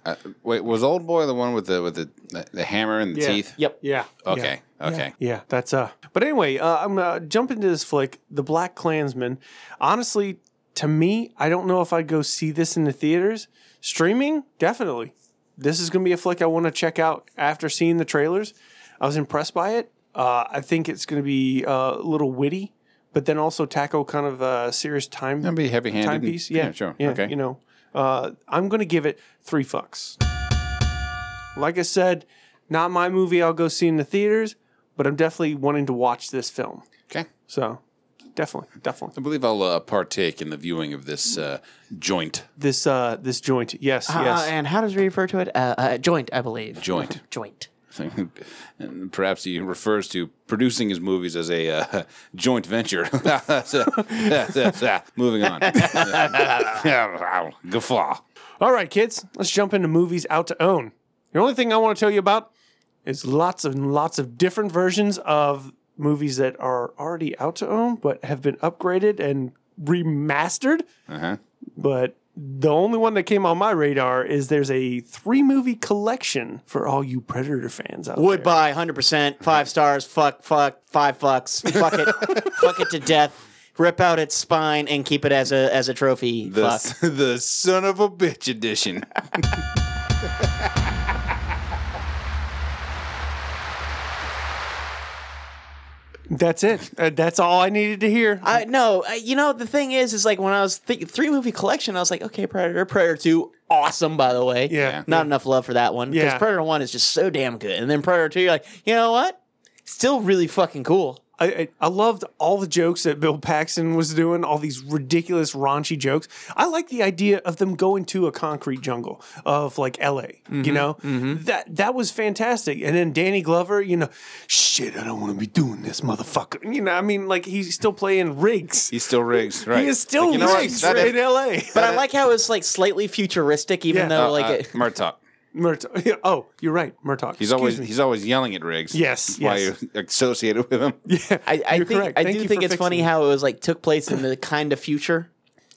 Uh, wait, was Old Boy the one with the with the the, hammer and the
Yeah.
teeth?
Yep.
yeah.
Okay. Okay.
Yeah, that's uh. But anyway, uh, I'm gonna jump into this flick, The Black Klansman. Honestly, to me, I don't know if I'd go see this in the theaters. Streaming, definitely. This is gonna be a flick I want to check out after seeing the trailers. I was impressed by it. Uh, I think it's gonna be uh, a little witty, but then also tackle kind of uh, serious time
That'd be heavy handed.
timepiece. Yeah,
Sure.
yeah,
okay.
You know, uh, I'm going to give it three fucks. Like I said, not my movie. I'll go see in the theaters, but I'm definitely wanting to watch this film.
okay.
So, definitely, definitely
I believe I'll uh, partake in the viewing of this uh, joint.
this uh, this joint. Yes,
Uh,
yes.
and how does he refer to it? Uh, uh, joint, I believe.
Joint.
Joint.
and perhaps he refers to producing his movies as a uh, joint venture. Moving on. Guffaw.
All right, kids, let's jump into movies out to own. The only thing I want to tell you about It's lots and lots of different versions of movies that are already out to own, but have been upgraded and remastered.
Uh-huh.
But the only one that came on my radar is there's a three movie collection for all you Predator fans out
Would
there.
buy 100%, five stars, fuck, fuck, five fucks, fuck it, fuck it to death, rip out its spine and keep it as a as a trophy.
The,
fuck.
the son of a bitch edition.
That's it. Uh, that's all I needed to hear.
I no, I, you know the thing is, is like when I was th- three movie collection, I was like, okay, Predator, Predator Two, awesome by the way.
Yeah.
not enough love for that one because
Yeah.
Predator One is just so damn good, and then Predator Two, you're like, you know what? Still really fucking cool.
I, I, I loved all the jokes that Bill Paxton was doing, all these ridiculous, raunchy jokes. I like the idea of them going to a concrete jungle of like LA,
Mm-hmm,
you know? That that was fantastic. And then Danny Glover, you know, shit, I don't want to be doing this, motherfucker. You know, I mean, like he's still playing rigs.
He's still rigs, right?
He is still
Like, you know what?
rigs
That-
in LA.
But I like how it's like slightly futuristic, even
Yeah.
though
Uh,
like
uh,
it,
Murtaugh.
Murtaugh. Oh, you're right. Murtaugh.
He's
Excuse
always
me.
he's always yelling at Riggs.
Yes,
That's why
yes.
you're associated with him.
yeah,
I, I
you're
think
correct.
I
Thank
do
you
think
for
it's
fixing
funny
that.
how it was like took place in the kind of future.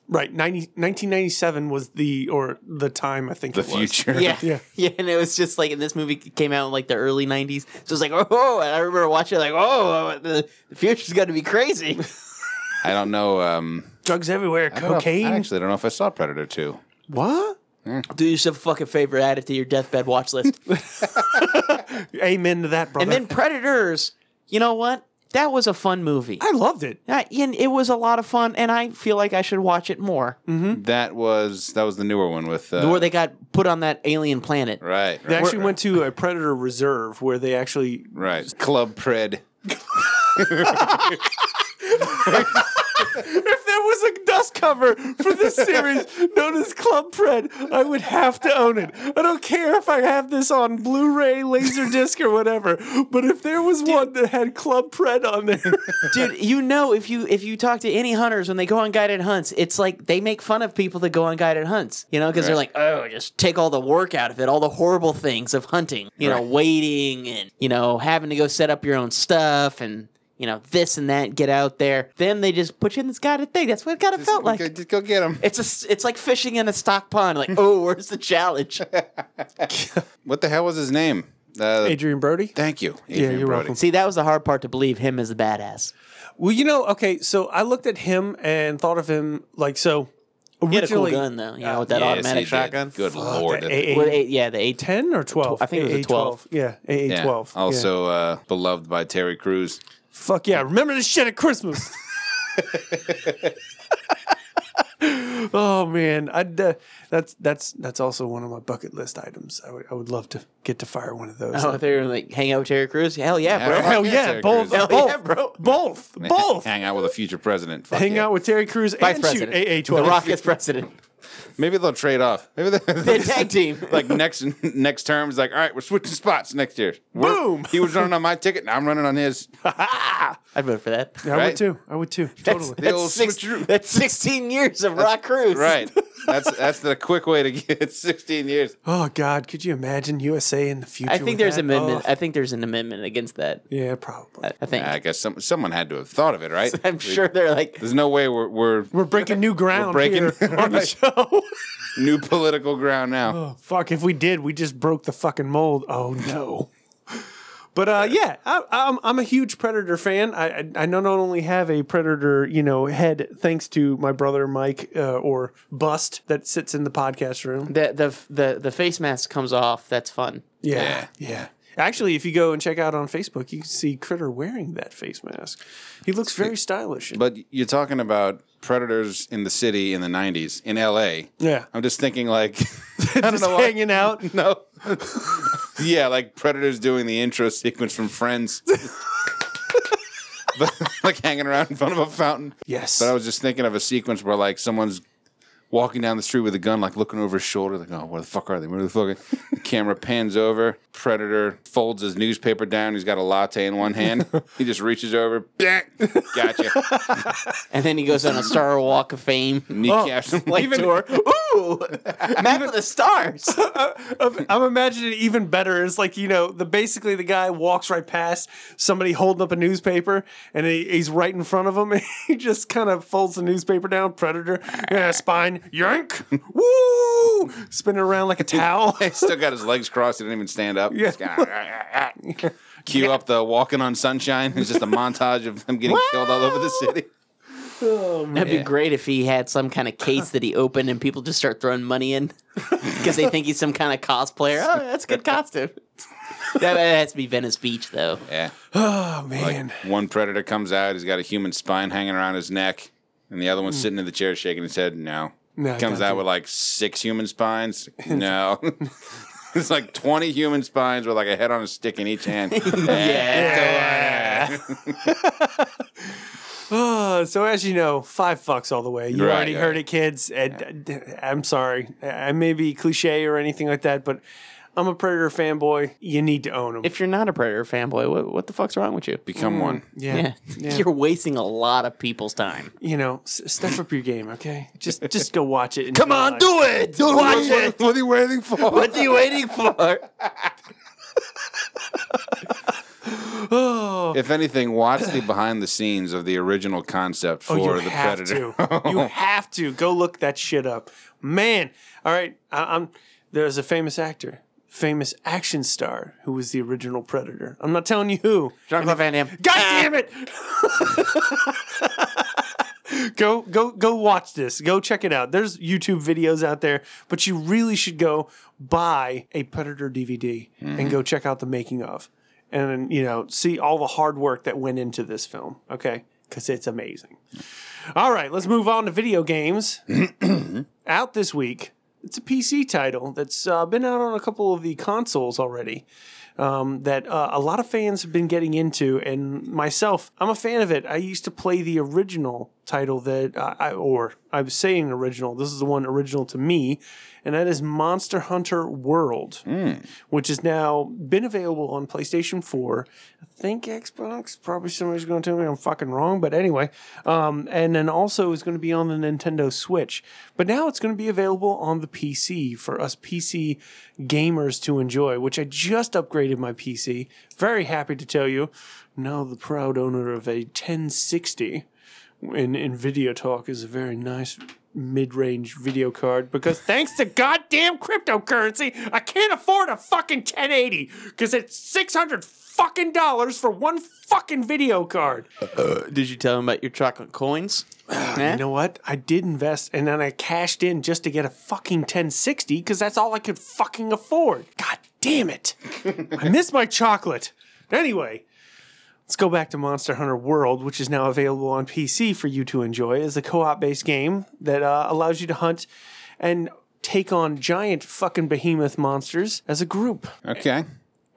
Right, 90, 1997 was the or the time I think
The
it was.
future.
Yeah.
Yeah.
yeah. And it was just like, and this movie came out in like the early 90s. So it's like, oh, and I remember watching it like, oh, the, the future's going to be crazy.
I don't know. Um,
Drugs everywhere,
I don't know if-
cocaine.
I actually don't know if I saw Predator 2.
what?
Do yourself a fucking favor, add it to your deathbed watch list.
Amen to that, brother.
and then Predators, you know what? That was a fun movie.
I loved it.
Uh, and it was a lot of fun, and I feel like I should watch it more.
That was that was the newer one with uh,
Where they got put on that alien planet.
right.
They
right,
actually
right,
went to a predator reserve where they actually
right Club Pred.
If there was a dust cover for this series known as Club Pred, I would have to own it. I don't care if I have this on Blu-ray, Laserdisc, or whatever. But if there was one that had Club Pred on there,
Dude, you know if you if you talk to any hunters when they go on guided hunts, it's like they make fun of people that go on guided hunts, you know, because they're like, oh, just take all the work out of it, all the horrible things of hunting, you know, waiting and you know having to go set up your own stuff and you know this and that, get out there. Then they just put you in this guided thing. That's what it kind of felt like.
Okay, just go get him.
It's a, s- it's like fishing in a stock pond. Like, oh, where's the challenge?
What the hell was his name? Uh,
Adrian Brody.
Thank you, Adrian
you're
Brody.
welcome.
See, that was the hard part to believe him as the badass.
Well, you know, okay. So I looked at him and thought of him like so.
He had a cool
Originally,
gun though, you know, with that
uh, Yes, he
automatic
did.
shotgun.
Good lord.
that AA
Well, eight- yeah, the eight.
ten or twelve?
I think it was a
AA
12.
Yeah, AA
Yeah.
twelve. Yeah.
Also uh, beloved by Terry Crews.
Fuck yeah. Remember this shit at Christmas. oh man, I'd, uh, that's that's that's also one of my bucket list items. I would I would love to get to fire one of those.
Oh, they were like hang out with Terry Crews. Hell yeah, bro.
Yeah.
Hell
Fuck
yeah,
Terry
both,
Crews.
Hell
both,
yeah, bro.
both, both.
Hang out with a future president. Fuck
Hang
yeah.
out with Terry Crews
Vice
and shoot
president.
AA
The
twelve.
Rock is president.
Maybe they'll trade off. Maybe they-
The tag team.
like next next term is like, all right, we're switching spots next year. We're-
Boom!
He was running on my ticket, now I'm running on his.
I'd vote for that.
Yeah, I
right?
would too. I would too. Totally.
The old
That's, six-
switcheroo.
that's 16 years of Rock Crews.
Right. That's that's the quick way to get 16 years.
Oh God, could you imagine USA in the future?
I think
with
there's
that?
an amendment.
Oh,
I think there's an amendment against that.
yeah, probably.
I think.
I guess some, someone had to have thought of it, right?
I'm sure they're like,
There's no way we're, we're
We're breaking new ground
breaking-
here on the
Right.
show.
new political ground now.
Oh, fuck, if we did, we just broke the fucking mold. Oh, no. But uh, yeah, I, I'm, I'm a huge Predator fan. I, I I not only have a Predator, you know, head thanks to my brother Mike uh, or Bust that sits in the podcast room.
the, the, the, the face mask comes off. That's fun.
Yeah, yeah. Actually, if you go and check out on Facebook, you can see Critter wearing that face mask. He looks very stylish.
But you're talking about predators in the city in the 90s in LA.
yeah,
I'm just thinking like I don't
just
know why.
hanging out.
No. yeah, like Predators doing the intro sequence from Friends. but like hanging around in front of a fountain.
Yes,
But I was just thinking of a sequence where like someone's walking down the street with a gun, like looking over his shoulder, like, oh, where the fuck are they? Where the fuck? Are they? The camera pans over. Predator folds his newspaper down. He's got a latte in one hand. he just reaches over. Bang! Gotcha.
And then he goes on a Star Walk of Fame.
Kneecaps. him.
Like tour. Ooh! Map of the Stars.
I'm I'm imagining it even better. It's like you know, the basically the guy walks right past somebody holding up a newspaper, and he, he's right in front of him. And he just kind of folds the newspaper down. Predator, yeah, spine yank, woo, spinning around like a towel. Oh,
He's still got his legs crossed. He didn't even stand up. "Ah,
Yeah.
Just kinda- Cue up the walking on sunshine. It's just a montage of them getting killed all over the city.
That'd be great if he had some kind of case that he opened and people just start throwing money in because they think he's some kind of cosplayer. Oh, that's a good costume. that, that has to be Venice Beach, though.
Yeah.
Oh man,
Like one predator comes out, he's got a human spine hanging around his neck, and the other one's sitting in the chair shaking his head. No.
No, I
comes
got
out
you.
with like six human spines. No. it's like 20 human spines with like a head on a stick in each hand.
Uh, so as you know, five fucks all the way. You
Right,
already
right.
heard it, kids. And uh, I'm sorry, I may be cliche or anything like that, but I'm a Predator fanboy. You need to own them.
If you're not a Predator fanboy, what, what the fuck's wrong with you?
Become one.
yeah, yeah.
You're wasting a lot of people's time.
you know, s- step up your game, okay? Just just go watch it. Come on,
Do it! Watch it!
What are you waiting for?
What are you waiting for?
If anything, watch the behind the scenes of the original concept for
Oh, you
the
have
Predator.
to. you have to go look that shit up, man. All right, I, I'm. There's a famous actor, famous action star, who was the original Predator. I'm not telling you who.
Jean Claude Van Damme.
God damn it! go go go watch this. Go check it out. There's YouTube videos out there, but you really should go buy a Predator DVD and go check out the making of. And you know, see all the hard work that went into this film, okay? Cuz it's amazing. All right, let's move on to video games. out this week. It's a PC title that's uh, been out on a couple of the consoles already that uh, a lot of fans have been getting into, and myself, I'm a fan of it. I used to play the original title that uh, I, or I was saying original. This is the one original to me, and that is Monster Hunter World, which has now been available on PlayStation 4. I think Xbox. Probably somebody's going to tell me I'm fucking wrong, but anyway. Um, and then also is going to be on the Nintendo Switch, but now it's going to be available on the PC for us PC gamers to enjoy, which I just upgraded my PC. Very happy to tell you. Now the proud owner of a 1060 in NVIDIA Talk is a very nice mid-range video card because thanks to goddamn cryptocurrency, I can't afford a fucking 1080 because it's 600 fucking dollars for one fucking video card.
Did you tell him about your chocolate coins?
You know what? I did invest and then I cashed in just to get a fucking 1060 because that's all I could fucking afford. God damn it. I miss my chocolate. Anyway, let's go back to Monster Hunter World, which is now available on PC for you to enjoy as a co op based game that uh, allows you to hunt and take on giant fucking behemoth monsters as a group
Okay.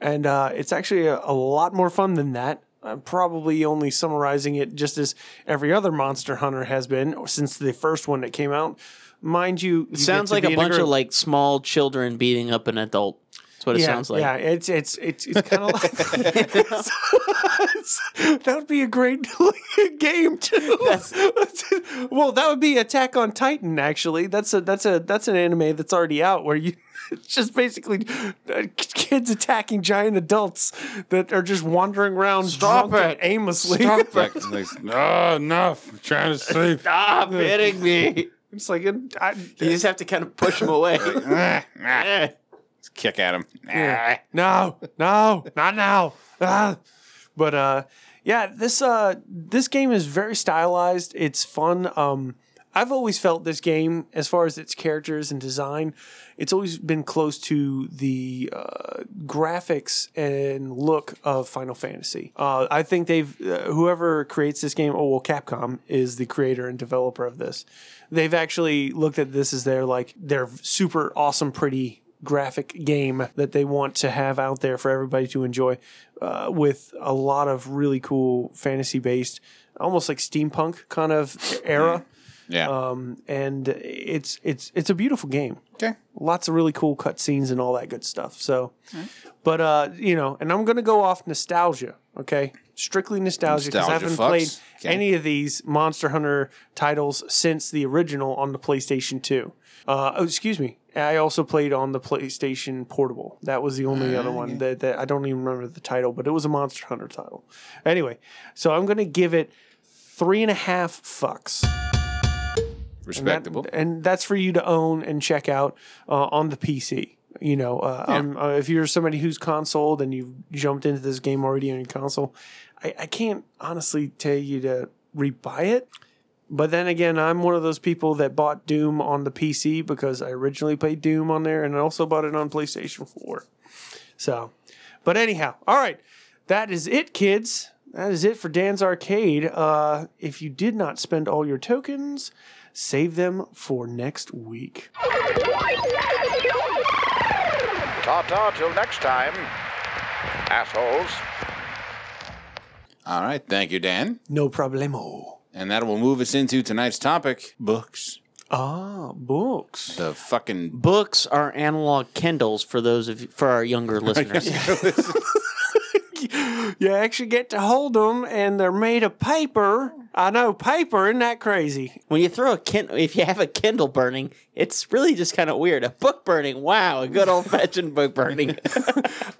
and uh, it's actually a, a lot more fun than that. I'm probably only summarizing it just as every other Monster Hunter has been since the first one that came out. Mind you, you
Sounds
get
like
to be
a
in
bunch
group.
of like small children beating up an adult. That's what it
yeah,
sounds like.
Yeah, it's it's it's, it's kind of like that would be a great game too. well, that would be Attack on Titan. Actually, that's a that's a that's an anime that's already out where you it's just basically uh, kids attacking giant adults that are just wandering around
Stop
drunk and
it.
aimlessly.
Like, like, no, enough. I'm trying to sleep.
Stop hitting Ah, me.
it's like and I,
You just have to kind of push him away.
Just Kick at him.
Yeah. No, no, not now. Ah. But uh, yeah, this uh, this game is very stylized. It's fun. Um, I've always felt this game, as far as its characters and design, it's always been close to the uh, graphics and look of Final Fantasy. Uh, I think they've uh, whoever creates this game. Oh well, Capcom is the creator and developer of this. They've actually looked at this as their like their super awesome, pretty graphic game that they want to have out there for everybody to enjoy uh, with a lot of really cool fantasy based almost like steampunk kind of era
Yeah.
Um, and it's it's it's a beautiful game.
Okay.
Lots of really cool cutscenes and all that good stuff. So, but uh, you know, and I'm gonna go off nostalgia. Okay, strictly nostalgia because I
Nostalgia
haven't
fucks.
played
Okay.
any of these Monster Hunter titles since the original on the PlayStation Two. Uh, oh, excuse me. I also played on the PlayStation Portable. That was the only other
Ah,
one that, that I don't even remember the title, but it was a Monster Hunter title. Anyway, so I'm gonna give it three and a half fucks. And that-
Respectable.
And, that's for you to own and check out uh, on the PC. You know, uh, um, uh, if you're somebody who's consoled and you've jumped into this game already on your console, I, I can't honestly tell you to rebuy it. But then again, I'm one of those people that bought Doom on the PC because I originally played Doom on there and I also bought it on PlayStation 4. So, but anyhow, all right. That is it, kids. That is it for Dan's Arcade. Uh, if you did not spend all your tokens, save them for next week.
Ta ta till next time, assholes.
All right. Thank you, Dan.
No problemo.
And that will move us into tonight's topic books.
Ah, books.
The fucking.
Books are analog Kindles for those of for our younger listeners.
You actually get to hold them, and they're made of paper. I know, paper. Isn't that crazy?
When you throw a Kindle, if you have a Kindle burning, it's really just kind of weird. A book burning, wow, a good old fashioned book burning.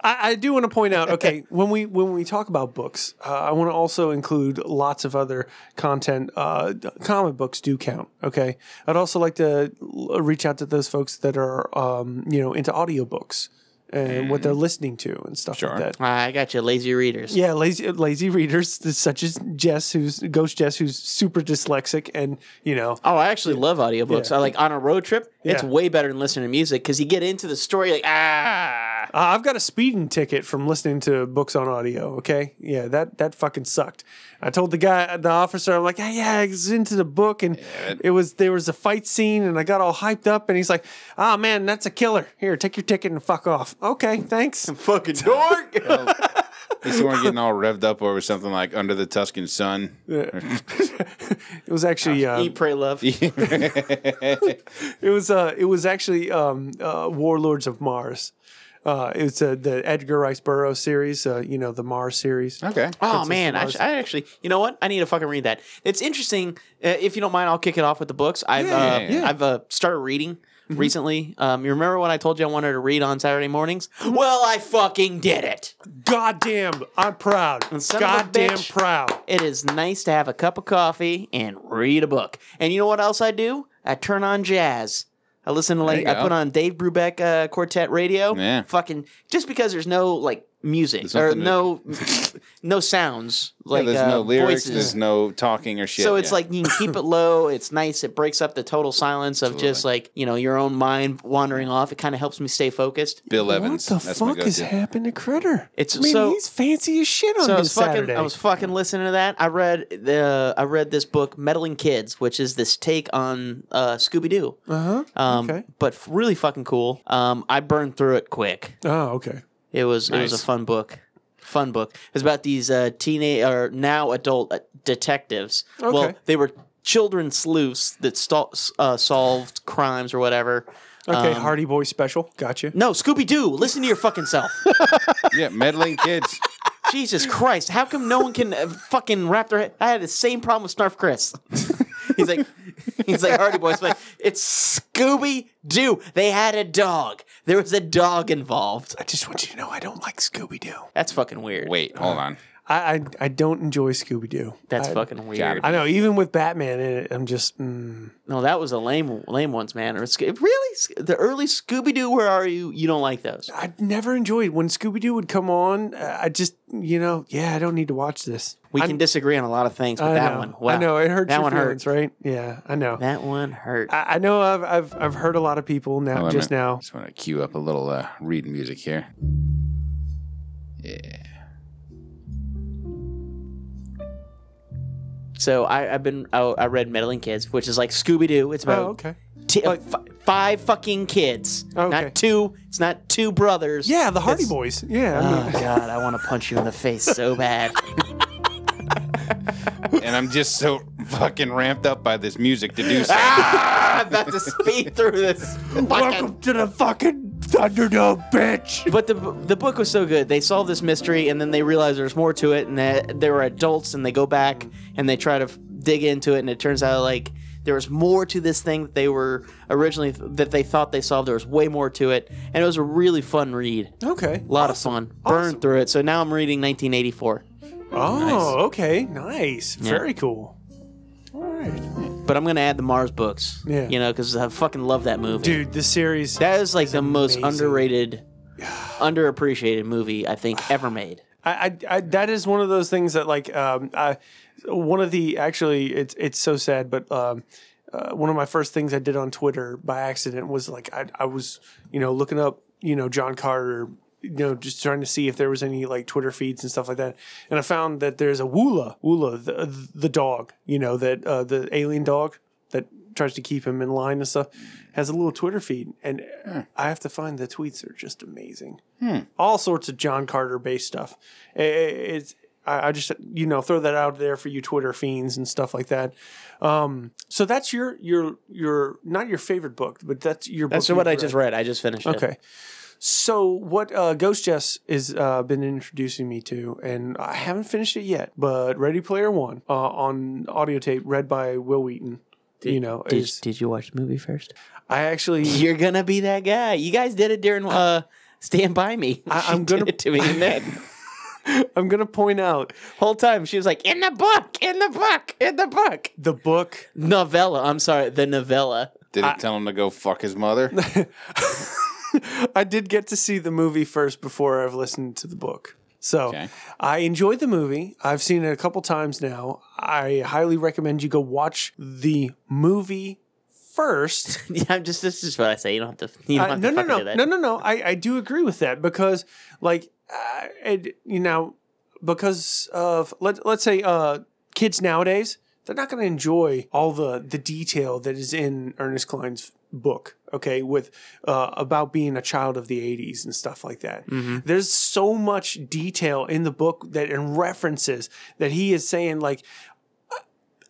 I, I do want to point out. Okay, when we when we talk about books, uh, I want to also include lots of other content. Uh, d- comic books do count. Okay, I'd also like to l- reach out to those folks that are um, you know into audiobooks and what they're listening to and stuff
Sure.
like that.
Ah, I got you, lazy readers.
Yeah, lazy lazy readers such as Jess, who's Ghost Jess, who's super dyslexic, and you know,
Oh, I actually love audiobooks.
Yeah.
I like on a road trip, it's
Yeah.
way better than listening to music because you get into the story like ah.
Uh, I've got a speeding ticket from listening to books on audio. Okay, yeah, that that fucking sucked. I told the guy, the officer, I'm like, "Hey, yeah, I was into the book, and it was there was a fight scene, and I got all hyped up, and he's like, "Ah, man, that's a killer. Here, take your ticket and fuck off." Okay, thanks.
Fucking dork.
At least you weren't getting all revved up over something like Under the Tuscan Sun.
It was actually uh,
Eat, pray, love.
it was uh, it was actually um, uh, Warlords of Mars. Uh, it was uh, the Edgar Rice Burroughs series, uh, you know, the Mars series.
Okay.
Oh man, I, sh- I actually, you know what? I need to fucking read that. It's interesting. Uh, if you don't mind, I'll kick it off with the books. I've
Yeah,
uh,
yeah, yeah. Mm-hmm.
I've uh, started reading recently. Um, you remember when I told you I wanted to read on Saturday mornings? Well, I fucking did it.
Goddamn, I'm proud.
son of a
Goddamn
bitch.
proud.
It is nice to have a cup of coffee and read a book. And you know what else I do? I turn on jazz. I listen to like
you
I
go.
put on Dave Brubeck uh, quartet radio.
Yeah.
Fucking just because there's no like music
There's
or
nothing to-
no no sounds
Yeah,
like
there's
uh,
no lyrics,
voices.
there's no talking or shit.
so it's
yeah.
like you can keep it low. It's nice. It breaks up the total silence of just like you know your own mind wandering off. It kind of helps me stay focused.
Bill Evans.
What the
That's my
fuck
go-to.
has happened to Critter?
It's-
I mean,
so-
he's fancy as shit on
So I
this
was fucking,
Saturday.
I was fucking listening to that. I read the I read this book, Meddling Kids, which is this take on uh, Scooby Doo,
uh-huh.
um,
Okay.
but f- really fucking cool. Um, I burned through it quick.
Oh, okay.
It was it was a
Nice.
fun book. Fun book. It's about these uh, teenage or now adult uh, detectives. Well,
Okay.
they were children sleuths that stol- uh, solved crimes or whatever.
Okay,
Um,
Hardy Boy special. Gotcha.
No, Scooby Doo. Listen to your fucking self.
Yeah, meddling kids.
Jesus Christ! How come no one can uh, fucking wrap their head? I had the same problem with Snarf Chris. he's like, he's like Hardy Boys, but it's Scooby Doo. They had a dog. There was a dog involved.
I just want you to know I don't like Scooby Doo.
That's fucking weird.
Wait, hold on.
I, I I don't enjoy Scooby Doo.
That's
I,
fucking
Got
weird.
it.
I know. Even with Batman in it, I'm just. Mm,
No, that was a lame, lame ones, man. Or Sco- really, Sc- the early Scooby Doo. Where are you? You don't like those?
I never enjoyed when Scooby Doo would come on. uh, I just, you know, yeah, I don't need to watch this.
We
I-
can disagree on a lot of things, but
I
that
know.
one. Wow.
I know it hurts
That
your
one
feelings,
hurt.
right? Yeah, I know.
That one hurt.
I, I know. I've, I've I've heard a lot of people now.
Hold on a
Just
minute.
now,
Just want to cue up a little uh, read music here. Yeah.
So I, I've been. Oh, I read Meddling Kids, which is like Scooby Doo. It's about
Oh, okay. Oh,
t- uh, fi- five fucking kids,
Okay.
not two. It's not two brothers.
Yeah, the Hardy
It's- Ah.
Boys. Yeah. I mean-
Oh God, I want to punch you in the face so bad.
and I'm just so fucking ramped up by this music to do so.
I'm about to speed through this.
Welcome to the fucking Thunderdome, bitch.
But the the book was so good. They solve this mystery, and then they realize there's more to it, and that they were adults, and they go back and they try to f- dig into it, and it turns out like there was more to this thing that they were originally that they thought they solved. There was way more to it, and it was a really fun read. A
Okay.
lot of fun. Burned through it. So now I'm reading 1984,
Oh, okay. Nice. Very cool. All right.
but I'm gonna add the Mars books.
Yeah.
You know, because I fucking love that movie.
Dude, this series.
that is like the most
amazing.
underrated, underappreciated movie I think ever made.
I, I, I that is one of those things that like um I one of the actually it's it's so sad but um uh, one of my first things I did on Twitter by accident was like I I was you know looking up you know John Carter you know just trying to see if there was any like Twitter feeds and stuff like that and I found that there's a Woola Woola the the dog you know that uh, the alien dog that tries to keep him in line and stuff has a little Twitter feed and I have to find the tweets are just amazing all sorts of John Carter based stuff. I- I- It's I I just you know throw that out there for you Twitter fiends and stuff like that. Um, so that's your your your not your favorite book, but that's your.
That's
book
what
you've
I just read. I just finished it.
Okay. So what uh, Ghost Jess has uh, been introducing me to, and I haven't finished it yet, but Ready Player One uh, on audio tape, read by Will Wheaton. you know,
Did,
is,
did you watch the movie first?
I actually
You're gonna be that guy. You guys did it during uh, Stand by Me.
I-
She
I'm gonna-
did it to me. And that
I'm gonna point out
whole time she was like, "In the book, in the book, in the book."
the book
Novella. I'm sorry, the novella.
Did it tell him to go fuck his mother?
I did get to see the movie first before I've listened to the book. So
Okay.
I enjoyed the movie. I've seen it a couple times now. I highly recommend you go watch the movie first.
Yeah, I'm just. This is what I say. You don't have to. You don't
Uh,
have
no,
to
no,
fucking
no,
do that.
no, no, no. I, I do agree with that because, like, uh, it, you know, because of let let's say uh, kids nowadays, they're not going to enjoy all the the detail that is in Ernest Klein's book. Okay, with uh, about being a child of the '80s and stuff like that.
Mm-hmm.
There's so much detail in the book that and references that he is saying like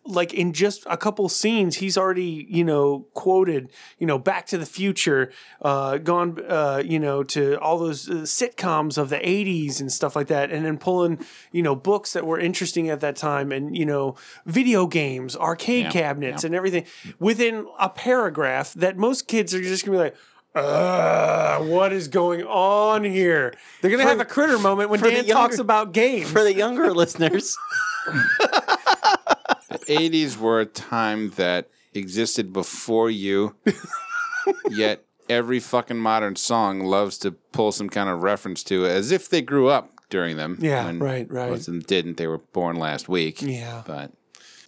like in just a couple scenes, he's already you know quoted you know Back to the Future, uh, gone uh, you know to all those uh, sitcoms of the '80s and stuff like that, and then pulling you know books that were interesting at that time, and you know video games, arcade cabinets, and everything within a paragraph that most kids are just gonna be like. Uh, what is going on here? They're gonna have a critter moment when
for the
Dan talks
younger-
about games.
For the younger listeners,
80s were a time that existed before you, yet every fucking modern song loves to pull some kind of reference to it as if they grew up during them.
Yeah,
when
right, right.
Most of them didn't. They were born last week.
Yeah.
But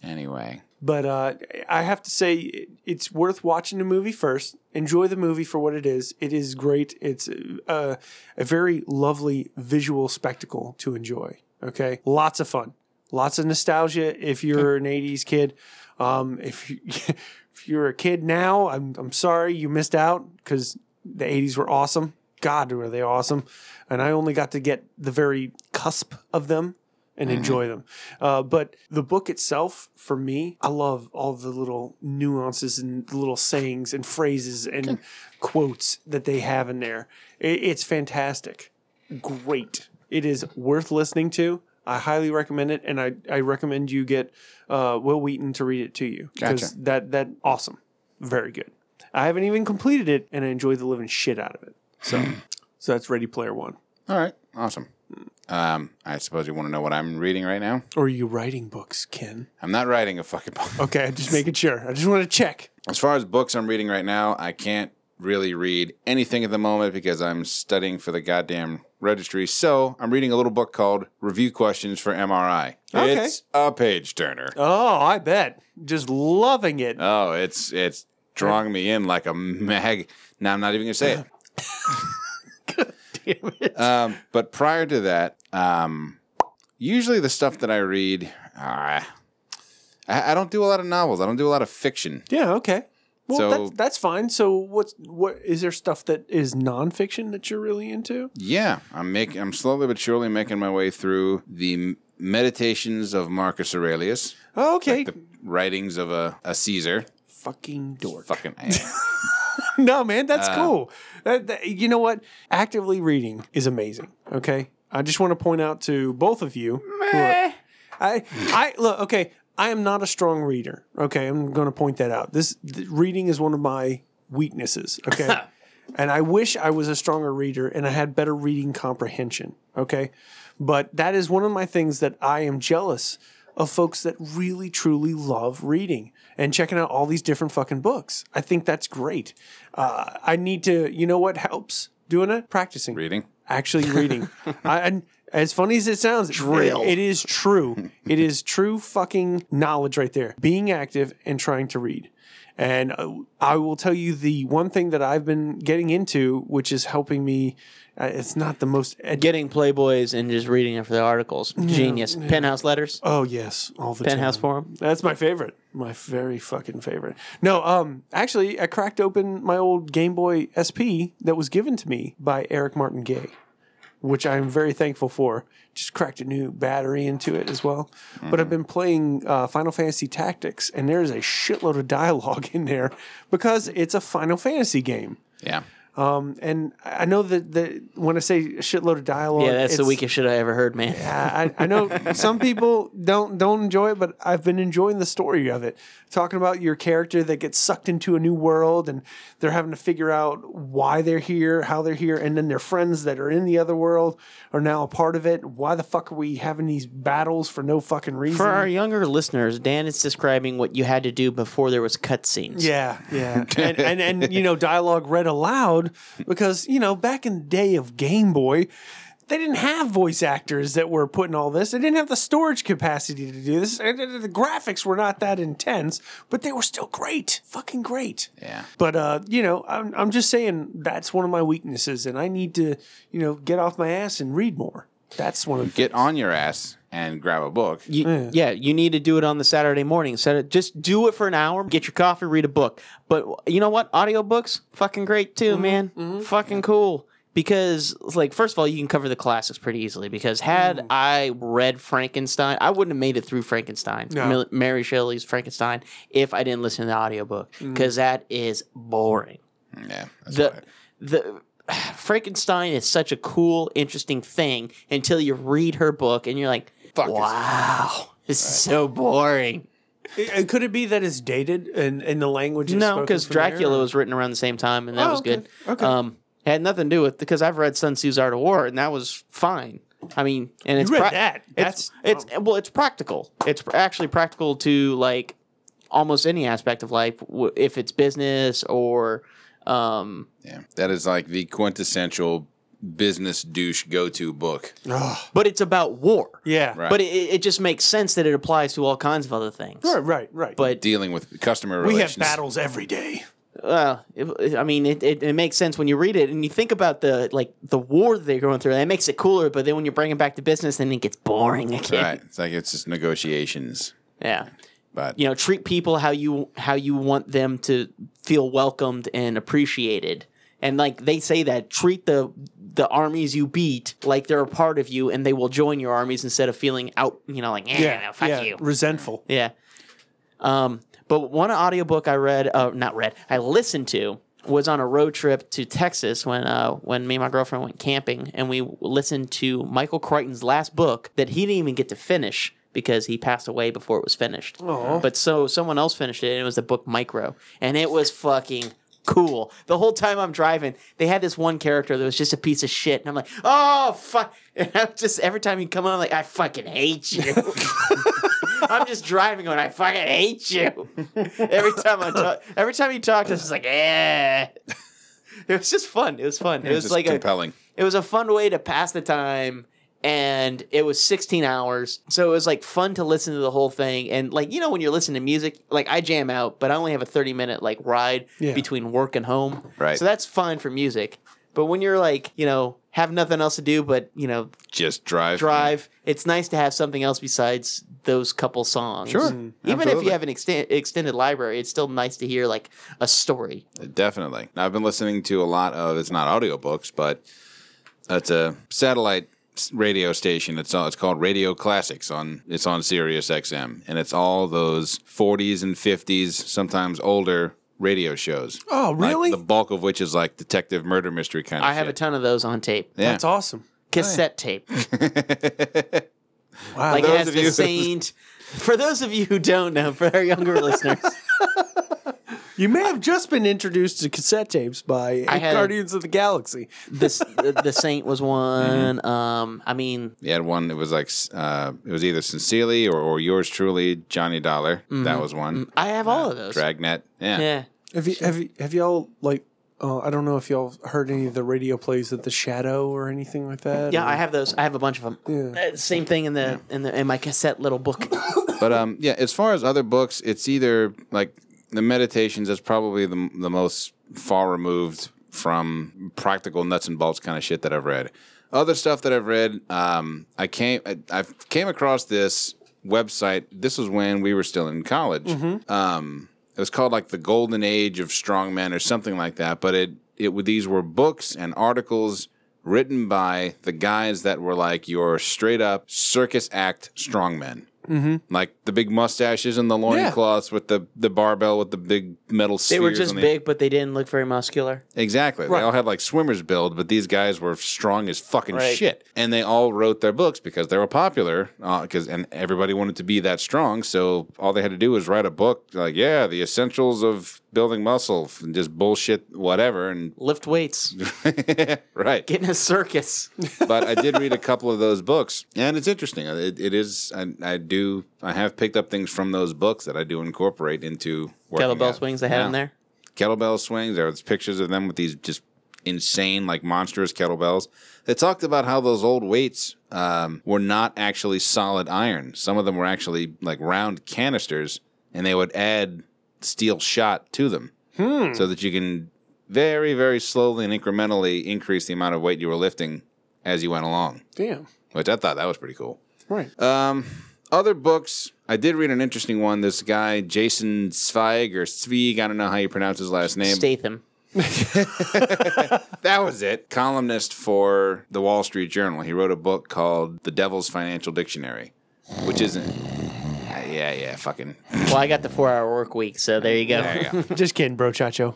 anyway,
But uh, I have to say, it- it's worth watching the movie first. Enjoy the movie for what it is. It is great. It's a, a very lovely visual spectacle to enjoy. Okay, lots of fun, lots of nostalgia. If you're an '80s kid, um, if you, if you're a kid now, I'm I'm sorry you missed out because the '80s were awesome. God, were they awesome! And I only got to get the very cusp of them and enjoy them. Uh, but the book itself, for me, I love all the little nuances and the little sayings and phrases and quotes that they have in there. It, it's fantastic. Great. It is worth listening to. I highly recommend it, and I, I recommend you get uh, Will Wheaton to read it to you
Gotcha.
that that awesome, very good. I haven't even completed it, and I enjoyed the living shit out of it. So, so that's Ready Player One.
all right, awesome. Um, I suppose you want to know what I'm reading right now.
Or are you writing books, Ken?
I'm not writing a fucking book.
Okay, I'm just making sure. I just want to check.
As far as books I'm reading right now, I can't really read anything at the moment because I'm studying for the goddamn registry. So I'm reading a little book called Review Questions for MRI.
Okay.
It's a page turner.
Oh, I bet. Just loving it.
Oh, it's it's drawing me in like a mag. Now I'm not even gonna say it. Um, but prior to that, um, usually the stuff that I read, uh, I, I don't do a lot of novels. I don't do a lot of fiction.
yeah, okay. Well,
so
that's, that's fine. So what's what is there stuff that is nonfiction that you're really into?
yeah, I'm making. I'm slowly but surely making my way through the M- Meditations of Marcus Aurelius,
Oh, okay,
the writings of a, a Caesar.
fucking dork.
Fucking ass.
no, man, that's
Uh,
cool. That- that- you know what? Actively reading is amazing. Okay, I just want to point out to both of you. who are- I, I look. Okay, I am not a strong reader. Okay, I'm going to point that out. This th- reading is one of my weaknesses. Okay. And I wish I was a stronger reader and I had better reading comprehension. Okay. But that is one of my things that I am jealous of folks that really truly love reading and checking out all these different fucking books. I think that's great. Uh, I need to, you know what helps doing it? Practicing
reading.
actually reading. I, and as funny as it sounds, drill. it is true. It is true fucking knowledge right there. Being active and trying to read. And uh, I will tell you the one thing that I've been getting into, which is helping me. Uh, it's not the most. Ed-
Getting Playboys and just reading it for the articles. Genius. Penthouse letters.
oh yes, all the
Penthouse
time.
forum.
That's my favorite. My very fucking favorite. No, um, actually, I cracked open my old Game Boy SP that was given to me by Eric Martin Gay, which I'm very thankful for. Just cracked a new battery into it as well. But
Mm-hmm.
I've been playing uh, Final Fantasy Tactics, and there's a shitload of dialogue in there because it's a Final Fantasy game.
Yeah.
And I I know that the, when I say shitload of dialogue,
Yeah, that's the
it's-
weakest shit I ever heard, man.
I, I I know some people don't don't enjoy it, but I've been enjoying the story of it. Talking about your character that gets sucked into a new world and they're having to figure out why they're here, how they're here, and then their friends that are in the other world are now a part of it. Why the fuck are we having these battles for no fucking reason?
For our younger listeners, Dan is describing what you had to do before there was cutscenes.
Yeah, yeah, and, and and you know, dialogue read aloud because you know back in the day of Game Boy, they didn't have voice actors that were putting all this. They didn't have the storage capacity to do this. And the the graphics were not that intense, but they were still great, fucking great.
Yeah.
But uh, you know, I'm I'm just saying that's one of my weaknesses, and I need to you know get off my ass and read more. That's one of the
Get on your ass and grab a book.
You, yeah. you need to do it on the Saturday morning. So just do it for an hour, get your coffee, read a book. But you know what? Audiobooks, fucking great too, man. Fucking cool. Because like first of all, you can cover the classics pretty easily. Because had I read Frankenstein, I wouldn't have made it through Frankenstein, Mil- Mary Shelley's Frankenstein, if I didn't listen to the audiobook. Because that is boring
Yeah. that's what I-
the the Frankenstein is such a cool, interesting thing until you read her book and you're like,
this.
wow, this is so boring.
And could it be that it's dated and in the language? is
no,
spoken
because
from there,
Dracula
or-
was written around the same time and that
Oh,
was
okay,
good.
okay.
Um, it had nothing to do with because I've read Sun Tzu's Art of War and that was fine. I mean, and it's
read that.
It's,
That's- oh.
it's well, it's practical. It's pr- actually practical to like almost any aspect of life, w- if it's business or um,
Yeah. That is like the quintessential business douche go to book.
but it's about war.
Yeah.
Right.
But it, it just makes sense that it applies to all kinds of other things.
Right, right, right.
But
Dealing with customer
we
relations.
have battles every day.
uh, it, I mean, it, it, it makes sense when you read it and you think about the like the war that they're going through. That makes it cooler. But then when you bring it back to business, then it gets boring again.
Right. It's like it's just negotiations.
Yeah.
But
You know, treat people how you how you want them to feel welcomed and appreciated. And like they say that treat the the armies you beat like they're a part of you and they will join your armies instead of feeling out, you know, like, eh, no, fuck you.
resentful.
Yeah. Um, but one audiobook I read, uh, not read, I listened to was on a road trip to Texas when uh, when me and my girlfriend went camping and we listened to Michael Crichton's last book that he didn't even get to finish because he passed away before it was finished. But so someone else finished it and it was the book Micro and it was fucking cool. The whole time I'm driving, they had this one character that was just a piece of shit and I'm like, "Oh fuck." And I'm just every time he come on I'm like, "I fucking hate you." I'm just driving going, I fucking hate you. Every time I talk, every time he talked, I was just like, eh. It was just fun. It was fun. It
it's
was
just
like a,
compelling.
it was a fun way to pass the time, and it was 16 hours, so it was like fun to listen to the whole thing. And like you know, when you're listening to music, like I jam out, but I only have a 30 minute like ride
Yeah.
between work and home,
Right.
So that's fine for music. But when you're like, you know, have nothing else to do but, you know,
Just drive.
drive. It's nice to have something else besides those couple songs.
Sure.
Even if
Absolutely.
you have an exten- extended library, it's still nice to hear like a story.
Definitely. Now, I've been listening to a lot of it's not audiobooks, but it's a satellite s- radio station. It's on, it's called Radio Classics on it's on Sirius XM, and it's all those 40s and 50s, sometimes older radio shows.
Oh,
Like,
really?
the bulk of which is like detective murder mystery kind of.
I have a
shit.
ton of those on tape.
Yeah. Oh,
That's awesome.
Cassette tape.
Wow.
Like it
those
has
of
the
you-
saint. For those of you who don't know, for our younger listeners,
you may have just been introduced to cassette tapes by
I had-
Guardians of the Galaxy.
this the, the Saint was one.
Mm-hmm.
Um, I mean,
You had one that was like s- uh, it was either sincerely or, or yours truly Johnny Dollar.
Mm-hmm.
That was one.
I have all of those.
Dragnet. Yeah.
Yeah.
Have you have you have y'all like? Oh, I don't know if y'all heard any of the radio plays of the Shadow or anything like that.
Yeah,
or-
I have those. I have a bunch of them.
Yeah.
Uh, same thing in the in the in my cassette little book.
But um, yeah, as far as other books, it's either like the Meditations is probably the the most far removed from practical nuts and bolts kind of shit that I've read. Other stuff that I've read, um, I came I, I came across this website. This was when we were still in college. Um, it was called like the Golden Age of Strongmen or something like that. But it it would- these were books and articles written by the guys that were like your straight up circus act strongmen
Mm-hmm.
like the big mustaches and the loincloths with the, the barbell with the big metal
They
spheres.
were just
on the-
big, but they didn't look very muscular.
Exactly. They all had like swimmers build, but these guys were strong as fucking
Right.
shit. And they all wrote their books because they were popular because and everybody wanted to be that strong. So all they had to do was write a book like, yeah, the essentials of building muscle and just bullshit whatever and
Lift weights.
right.
Get in a circus.
but I did read a couple of those books, and it's interesting. Uh, It, it is. I, I do. I have picked up things from those books that I do incorporate into working
Kettlebell
out.
swings. They had
Yeah.
in there.
Kettlebell swings. There's pictures of them with these just insane, like monstrous kettlebells. They talked about how those old weights um, were not actually solid iron. Some of them were actually like round canisters, and they would add steel shot to them so that you can very, very slowly and incrementally increase the amount of weight you were lifting as you went along
Damn.
which I thought that was pretty cool.
Right.
Uh,
Um, other books, I did read an interesting one. This guy, Jason Zweig or Zweig, I don't know how you pronounce his last name.
Statham.
That was it. Columnist for the Wall Street Journal. He wrote a book called The Devil's Financial Dictionary, which isn't. Uh, yeah, yeah, fucking.
Well, I got the four-hour work week, so there you go.
There you go.
Just kidding, bro, Chacho.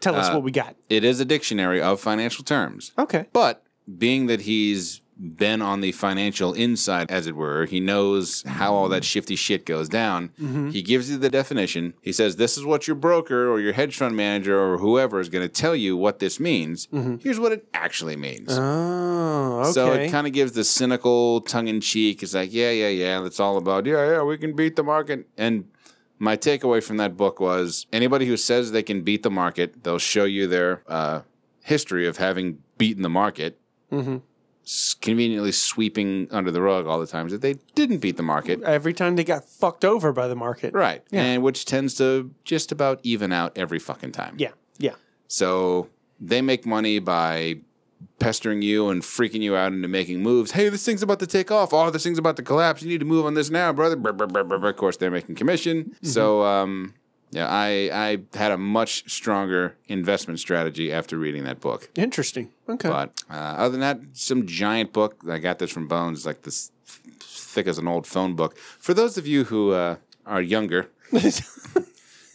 Tell
uh,
us what we got.
It is a dictionary of financial terms.
Okay.
But being that he's been on the financial inside, as it were, he knows how all that shifty shit goes down. He gives you the definition. He says, This is what your broker or your hedge fund manager or whoever is going to tell you what this means. Here's what it actually means.
Oh, okay.
So it kind of gives the cynical tongue in cheek. It's like, yeah, yeah, yeah. It's all about, yeah, yeah, we can beat the market. And my takeaway from that book was anybody who says they can beat the market, they'll show you their uh, history of having beaten the market,
Mm-hmm.
s- conveniently sweeping under the rug all the times that they didn't beat the market.
Every time they got fucked over by the market.
Right. And which tends to just about even out every fucking time.
Yeah. Yeah.
So they make money by pestering you and freaking you out into making moves. Hey, this thing's about to take off. Oh, this thing's about to collapse. You need to move on this now, brother. Brr, brr, brr, brr, brr. Of course, they're making commission. So, um, yeah, I I had a much stronger investment strategy after reading that book.
Interesting. Okay.
But uh, other than that, some giant book. I got this from Bones, like this th- thick as an old phone book. For those of you who uh, are younger,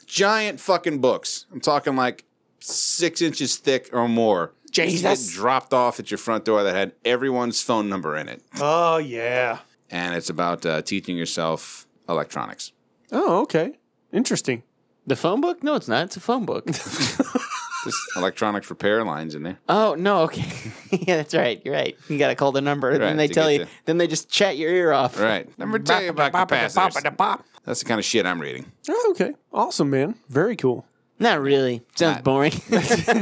giant fucking books. I'm talking like six inches thick or more.
Jesus.
It dropped off at your front door that had everyone's phone number in it.
oh yeah.
And it's about uh, teaching yourself electronics.
Oh, okay. Interesting.
The phone book? No, it's not. It's a phone book.
Just electronics repair lines in there.
oh no. Okay. yeah, that's right. You're right. You gotta call the number, and
Right,
then they
to
tell
get
you.
to-
Then they just chat your ear off.
All right. Number tell you about capacitors. That's the kind of shit I'm reading.
Oh, okay. Awesome, man. Very cool.
Not really. Sounds
Not-
boring.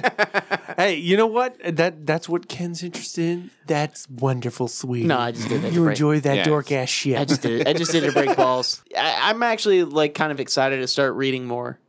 Hey, you know what? That that's what Ken's interested in. That's wonderful, sweet.
no, I just did that. to
you
break-
enjoy that
Yeah.
dork ass shit.
I just did. It. I just did it to break balls. I, I'm actually like kind of excited to start reading more.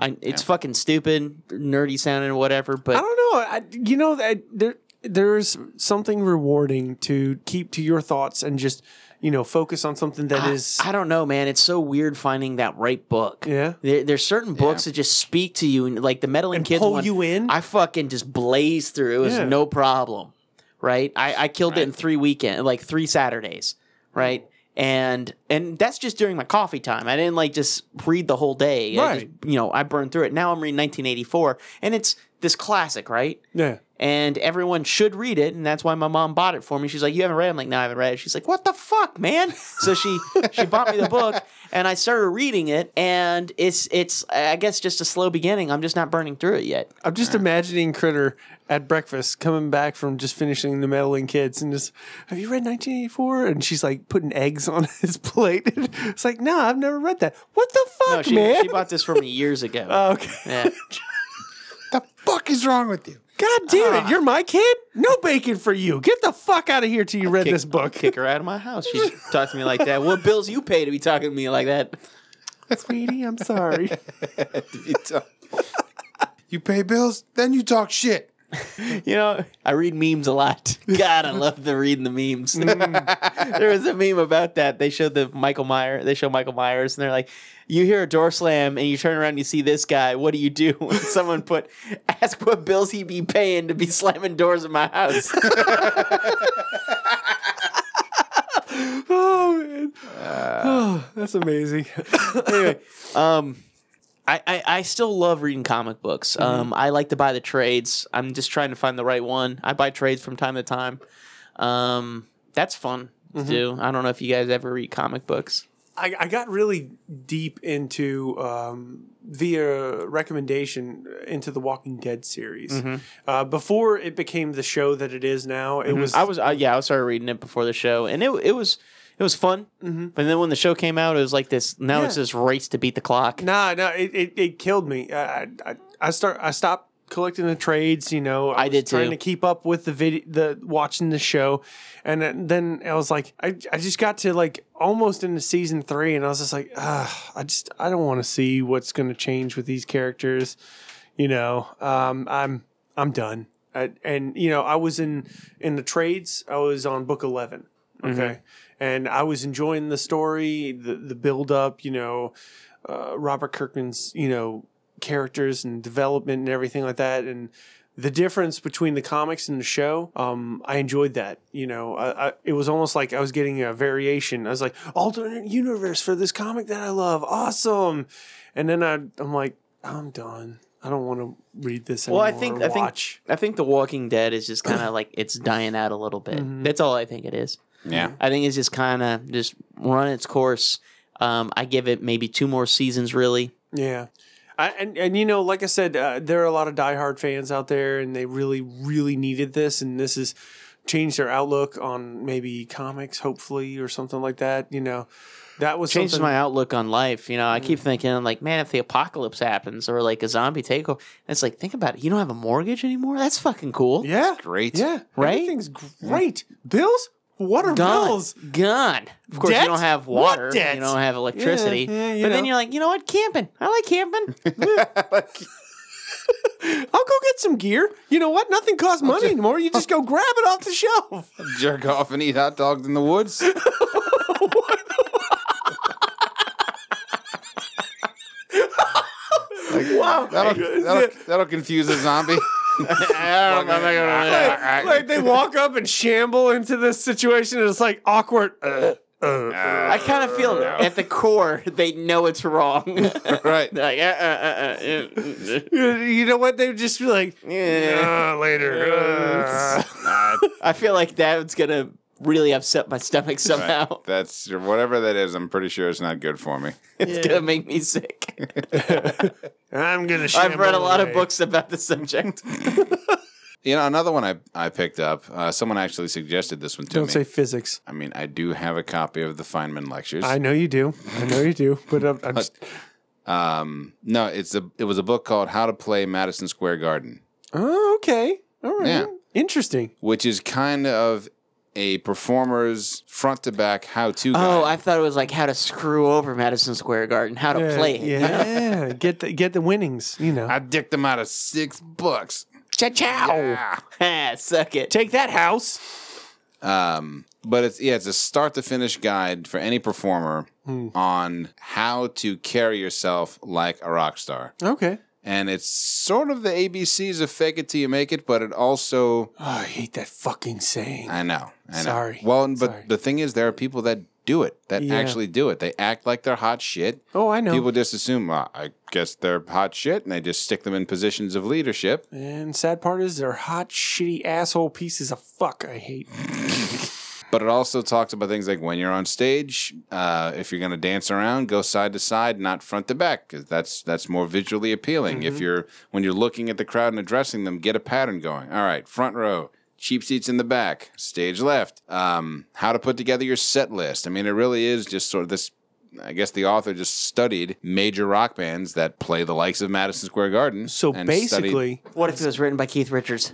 I, it's fucking stupid, nerdy sounding, whatever.
Mm. I
But
don't know. I, you know, I, there, there's something rewarding to keep to your thoughts and just you know focus on something that is
I don't know, man. It's so weird finding that right book.
Yeah.
There, there's certain books that just speak to you, and like the meddling
And
kids
pull
one,
you in?
I fucking just blazed through. It was
Yeah.
no problem, right? I, I killed it in three weekend, like three Saturdays, right? And and that's just during my coffee time. I didn't like just read the whole day. I just,
Right.
you know, I burned through it. Now I'm reading 1984, and it's this classic, right?
yeah
and everyone should read it and that's why my mom bought it for me she's like you haven't read it i'm like no i haven't read it she's like what the fuck man so she she bought me the book and i started reading it and it's it's i guess just a slow beginning i'm just not burning through it yet
I'm just imagining Critter at breakfast coming back from just finishing the meddling kids and just, have you read 1984? And she's like putting eggs on his plate. it's like, no, I've never read that. What the fuck,
Oh, no she,
man?
she bought this for me years ago
Oh, okay.
yeah.
The fuck is wrong with you?
God damn it. You're my kid? No bacon for you. Get the fuck out of here till you read
Kick-
this book.
kick her out of my house she talked to me like that what bills you pay to be talking to me like that
Sweetie, I'm sorry.
you pay bills, then you talk shit.
You know, I read memes a lot. God, I love the reading the memes. there was a meme about that. They showed the Michael Myers. They show Michael Myers, and they're like, "You hear a door slam, and you turn around, and you see this guy. What do you do?" And someone put, "Ask what bills he be paying to be slamming doors in my house."
oh, man. oh, that's amazing.
anyway, um, I, I, I still love reading comic books. Um, I like to buy the trades. I'm just trying to find the right one. I buy trades from time to time. Um, that's fun to do. I don't know if you guys ever read comic books.
I, I got really deep into um, via recommendation into the Walking Dead series. Uh, before it became the show that it is now, it was
I was uh, yeah, I started reading it before the show, and it it was it was fun. But then when the show came out, it was like this. Now it's
Yeah.
this race to beat the clock.
Nah, no, it, it, it killed me. I, I I start I stopped collecting the trades. You know, I,
I
was
did
trying
too.
to keep up with the video, the watching the show, and then- then I was like, I, I just got to like almost into season three, and I was just like, Ugh, I just I don't want to see what's going to change with these characters. You know, um, I'm I'm done. I, and you know, I was in in the trades. I was on book eleven. Okay.
Mm-hmm.
And I was enjoying the story, the the build up, you know, uh, Robert Kirkman's, you know, characters and development and everything like that. And the difference between the comics and the show, um, I enjoyed that. You know, I, I, it was almost like I was getting a variation. I was like, alternate universe for this comic that I love. Awesome. And then I, I'm like, I'm done. I don't want to read this
Well,
anymore.
I think I think
watch.
I think The Walking Dead is just kind of like it's dying out a little bit. That's all I think it is.
Yeah.
I think it's just kind of just run its course. Um, I give it maybe two more seasons, really.
Yeah. I, and, and you know, like I said, uh, there are a lot of diehard fans out there, and they really, really needed this, and this has changed their outlook on maybe comics, hopefully, or something like that. You know, that was
Changes
something.
my outlook on life. You know, I keep thinking, I'm like, man, if the apocalypse happens or like a zombie takeover, it's like, think about it. You don't have a mortgage anymore. That's fucking cool.
yeah,
Great.
yeah,
Right?
Everything's great. Bills, what are
Gone.
bills?
Gone. Of course,
Debt?
you don't have
What
water. You
debt?
don't have electricity.
yeah, you
but then
know.
you're like, you know what? Camping. I like camping.
I'll go get some gear. You know what? Nothing costs money anymore. You just go grab it off the shelf.
Jerk off and eat hot dogs in the woods. Like, that'll, that'll, that'll confuse a zombie.
like, like they walk up and shamble into this situation, and it's like awkward. Uh, uh,
I kind of feel at the core, they know it's wrong. They're
right.
like, uh, uh, uh, uh, uh.
You- You know what? They would just be like,
Yeah.
"Uh, later. uh."
I feel like that's gonna really upset my stomach somehow.
That's whatever that is. I'm pretty sure it's not good for me.
It's gonna make me sick.
I'm gonna.
I've read a
shamble
lot of
away.
books about the subject.
You know, another one I, I picked up. Uh, someone actually suggested this one to
Don't
me.
say physics.
I mean, I do have a copy of the Feynman lectures.
I know you do. I know you do. But I'm, I'm just,
Uh, Um, no, it's a it was a book called How to Play Madison Square Garden,
oh, okay. All right.
Yeah.
Interesting.
which is kind of a performer's front to back how to
oh,
guide.
I thought it was like how to screw over Madison Square Garden, how to
Uh, Yeah,
play it.
Yeah. get the get the winnings. You know.
I dicked them out of six Ah. bucks.
Cha chow.
Ha, Ah, suck it.
Take that house.
Um, but it's yeah, it's a start to finish guide for any performer
Hmm.
on how to carry yourself like a rock star.
Okay.
And it's sort of the ABCs of fake it till you make it, but it also
Oh, I hate that fucking saying.
I know. I know.
Sorry.
Well, and- but
Sorry.
the thing is, there are people that do it, that
Yeah.
actually do it. They act like they're hot shit.
Oh, I know.
People just assume, "Ah, I guess they're hot shit, and they just stick them in positions of leadership.
and sad part is they're hot, shitty asshole pieces of fuck. I hate.
But it also talks about things like when you're on stage, uh, if you're going to dance around, go side to side, not front to back, because that's that's more visually appealing.
Mm-hmm.
If you're when you're looking at the crowd and addressing them, get a pattern going. All right, front row, cheap seats in the back, stage left. Um, how to put together your set list. I mean, it really is just sort of this. I guess the author just studied major rock bands that play the likes of Madison Square Garden.
So
and studied-
basically,
What if it was written by Keith Richards?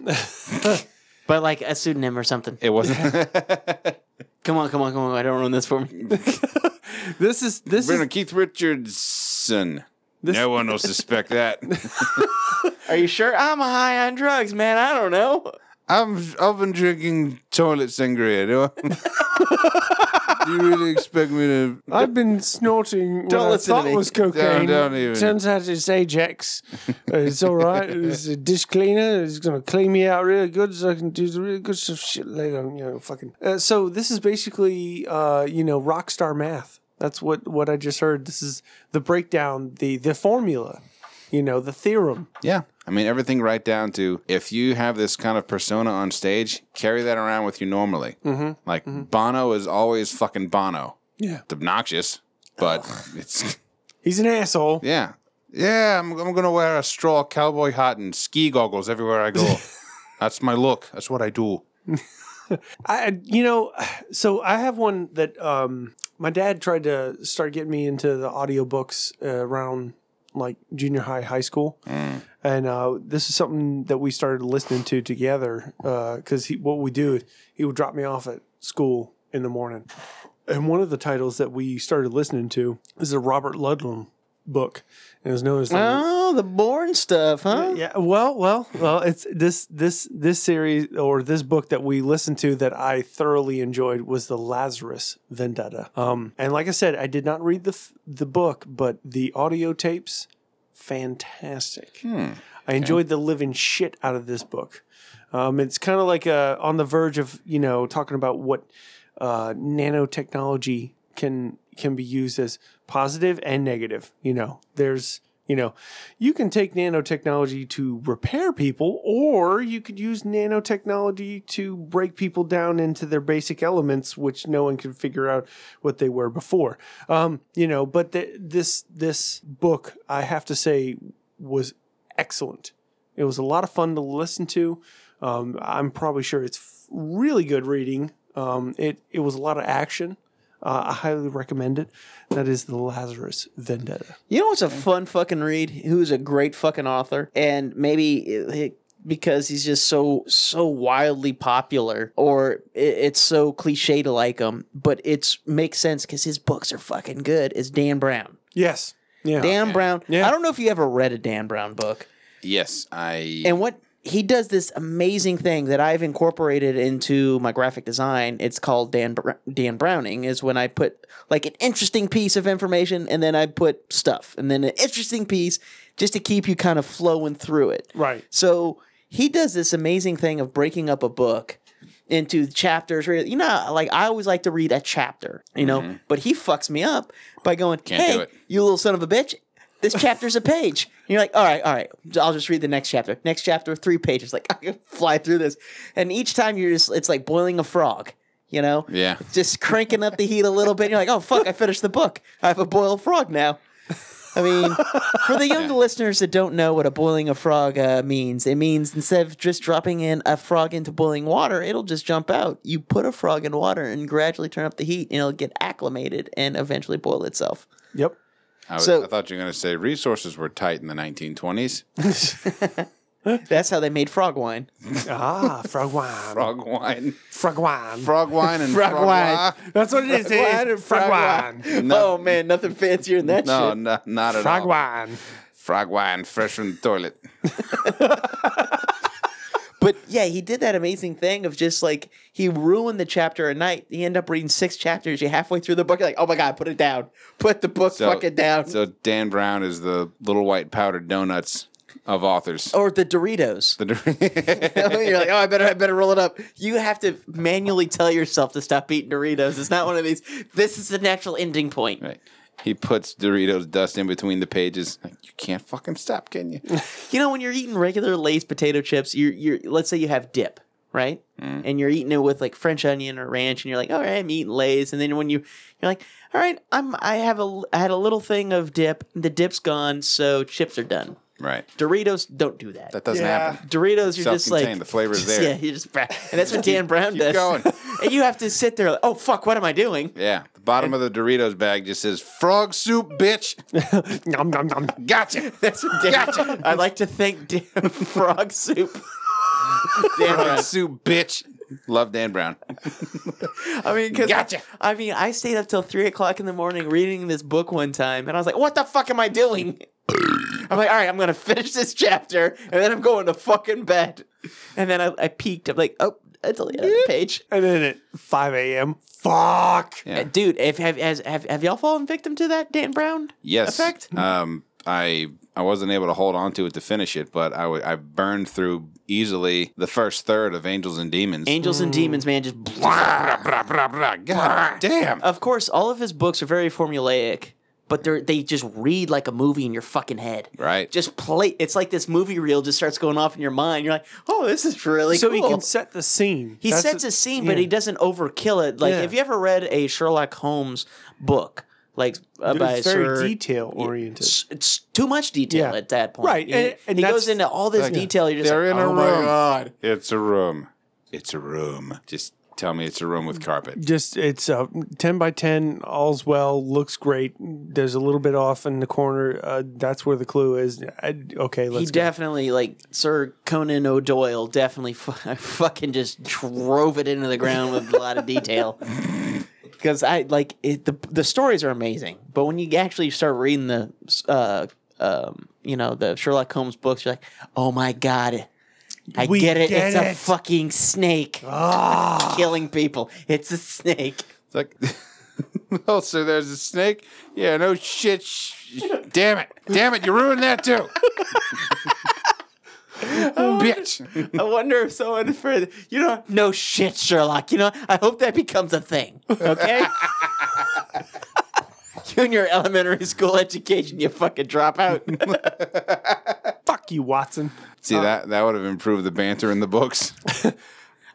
but like a pseudonym or something.
it wasn't
Come on, come on, come on. I don't ruin this for me.
this is this is
written on Keith Richardson. no one will suspect that.
Are you sure? I'm high on drugs, man. I don't know.
I'm I've been drinking toilet sangria. Do I- you really expect me to?
I've been snorting
Don't
what I
listen to
thought
me.
was cocaine.
don't even.
Turns out it's Ajax. Uh, it's all right. It's a dish cleaner. It's going to clean me out really good so I can do the really good stuff shit later on. You know, fucking. Uh, so this is basically, uh, you know, rock star math. That's what, what I just heard. This is the breakdown, the, the formula, you know, the theorem.
Yeah, I mean everything right down to if you have this kind of persona on stage, carry that around with you normally. Mm-hmm. Like Bono is always fucking Bono.
Yeah.
It's obnoxious, but it's
He's an asshole.
yeah, yeah. I'm I'm gonna wear a straw cowboy hat and ski goggles everywhere I go. That's my look. That's what I do.
I, you know, so I have one that um, my dad tried to start getting me into the audiobooks uh, around like junior high, high school. And uh, this is something that we started listening to together because he what we do, is he would drop me off at school in the morning. And one of the titles that we started listening to is a Robert Ludlum book. And it was known as the
Oh, the born stuff, huh?
yeah. Well, well, well. It's this this this series or this book that we listened to that I thoroughly enjoyed was the Lazarus Vendetta. Um, and like I said, I did not read the f- the book, but the audio tapes, fantastic. I enjoyed the living shit out of this book. Um, it's kind of like uh, on the verge of you know talking about what uh, nanotechnology can can be used as positive and negative. You know, there's you know, you can take nanotechnology to repair people, or you could use nanotechnology to break people down into their basic elements, which no one can figure out what they were before. Um, you know, but th- this this book, I have to say, was excellent. It was a lot of fun to listen to. Um, I'm probably sure it's f- really good reading. Um, it it was a lot of action. Uh, I highly recommend it. That is the Lazarus Vendetta.
You know what's a fun fucking read? Who's a great fucking author? And maybe it, it- because he's just so so wildly popular, or it, it's so cliche to like him, but it's makes sense because his books are fucking good. Is Dan Brown?
Yes. Yeah.
Dan Brown.
Yeah.
I don't know if you ever read a Dan Brown book.
Yes, I.
And what he does this amazing thing that I've incorporated into my graphic design. It's called Dan Br- Dan Browning. Is when I put like an interesting piece of information, and then I put stuff, and then an interesting piece, just to keep you kind of flowing through it.
Right.
So he does this amazing thing of breaking up a book into chapters. or- You know, like I always like to read a chapter, you know, but he fucks me up by going,
Mm-hmm. Can't
hey,
do it.
you little son of a bitch. This chapter's a page. And you're like, all right, all right. I'll just read the next chapter. Next chapter, three pages. Like I can fly through this, and each time you're just, it's like boiling a frog. You know,
Yeah.
just cranking up the heat a little bit. And you're like, oh fuck, I finished the book. I have a boiled frog now. I mean, for the younger listeners that don't know what a boiling a frog uh, means, it means instead of just dropping in a frog into boiling water, it'll just jump out. You put a frog in water and gradually turn up the heat, and it'll get acclimated and eventually boil itself.
Yep.
I, was-
so-
I thought you were going to say resources were tight in the 1920s.
That's how they made frog wine.
Ah, frog wine. Frog,
Frog wine,
wine.
frog wine, and frog,
wine.
wa-
That's what it is. it is. Frog wine.
Oh man, nothing fancier than that
No,
shit.
no, not at
Frog
all.
wine.
Frog wine, fresh from the toilet.
But yeah, he did that amazing thing of just like he ruined the chapter a night. You end up reading six chapters. You halfway through the book, you're like, oh my god, put it down, put the book
So-
fucking down,
So Dan Brown is the little white powdered donuts of authors.
or the Doritos.
The-
you're like, oh, I better, I better roll it up. You have to manually tell yourself to stop eating Doritos. It's not one of these. This is the natural ending point.
right. He puts Doritos dust in between the pages. Like, you can't fucking stop, can you?
You know, when you're eating regular Lay's potato chips, you're, you're let's say you have dip, right?
Mm.
And you're eating it with like French onion or ranch, and you're like, all right, I'm eating Lay's. And then when you you're like, all right, I'm I have a I had a little thing of dip. The dip's gone, so chips are done.
right.
Doritos don't do that.
That doesn't
Yeah.
happen.
Doritos, you're just like
Self-contained, the flavor's
just-
there.
Yeah, you're just and that's what Dan Brown
keep
does.
going.
and you have to sit there like, oh fuck, what am I doing?
Yeah. The bottom of the Doritos bag just says frog soup, bitch.
Nom, nom, nom.
Gotcha.
That's what Dan, I'd like to thank Dan Frog Soup. Dan
frog
Brown.
soup, bitch. Love Dan Brown.
I mean, cause,
Gotcha.
I mean, I stayed up till three o'clock in the morning reading this book one time, and I was like, "What the fuck am I doing?" I'm like, "All right, I'm gonna finish this chapter, and then I'm going to fucking bed." And then I, I peeked. I'm like, "Oh, it's only another page."
And then at 5 a.m., fuck.
Yeah.
Uh, Dude, if have, has, have have y'all fallen victim to that Dan Brown?
Yes.
effect?
Um, I I wasn't able to hold on to it to finish it, but I w- I burned through easily the first third of Angels and Demons.
Angels and Demons, man, just.
Blah, blah, blah, blah. God damn.
Of course, all of his books are very formulaic, but they they just read like a movie in your fucking head.
Right.
Just play. It's like this movie reel just starts going off in your mind. You're like, oh, this is really
so
cool.
he can set the scene.
He
That's
sets
it.
a scene,
yeah.
but he doesn't overkill it. Like,
Yeah.
have you ever read a Sherlock Holmes book? Like, uh, by
It's very
Sir-
detail oriented.
It's, it's too much detail
Yeah.
at that point.
Right,
You-
and- and
he
that's-
goes into all this
Like,
detail. You're just
They're
like,
in a
oh
room.
my god.
It's a room. It's a room. Just tell me it's a room with carpet.
Just it's uh, ten by ten. All's well. Looks great. There's a little bit off in the corner. Uh, that's where the clue is. I, okay,
He
let's go.
definitely, like, Sir Conan O'Doyle definitely fu- fucking just drove it into the ground with a lot of detail. Because I, like, it, the, the stories are amazing, but when you actually start reading the, uh, um, you know, the Sherlock Holmes books, you're like, oh my god. I
We
get it.
get
it's
it."
a
Ah.
fucking snake killing people. It's a snake.
It's like, oh, so there's a snake? Yeah, no shit. Sh- sh- damn it. Damn it. You ruined that too. Bitch.
I wonder if someone for you know no shit Sherlock you know I hope that becomes a thing okay you and your elementary school education you fucking drop out
Fuck you, Watson.
See, that, that would have improved the banter in the books.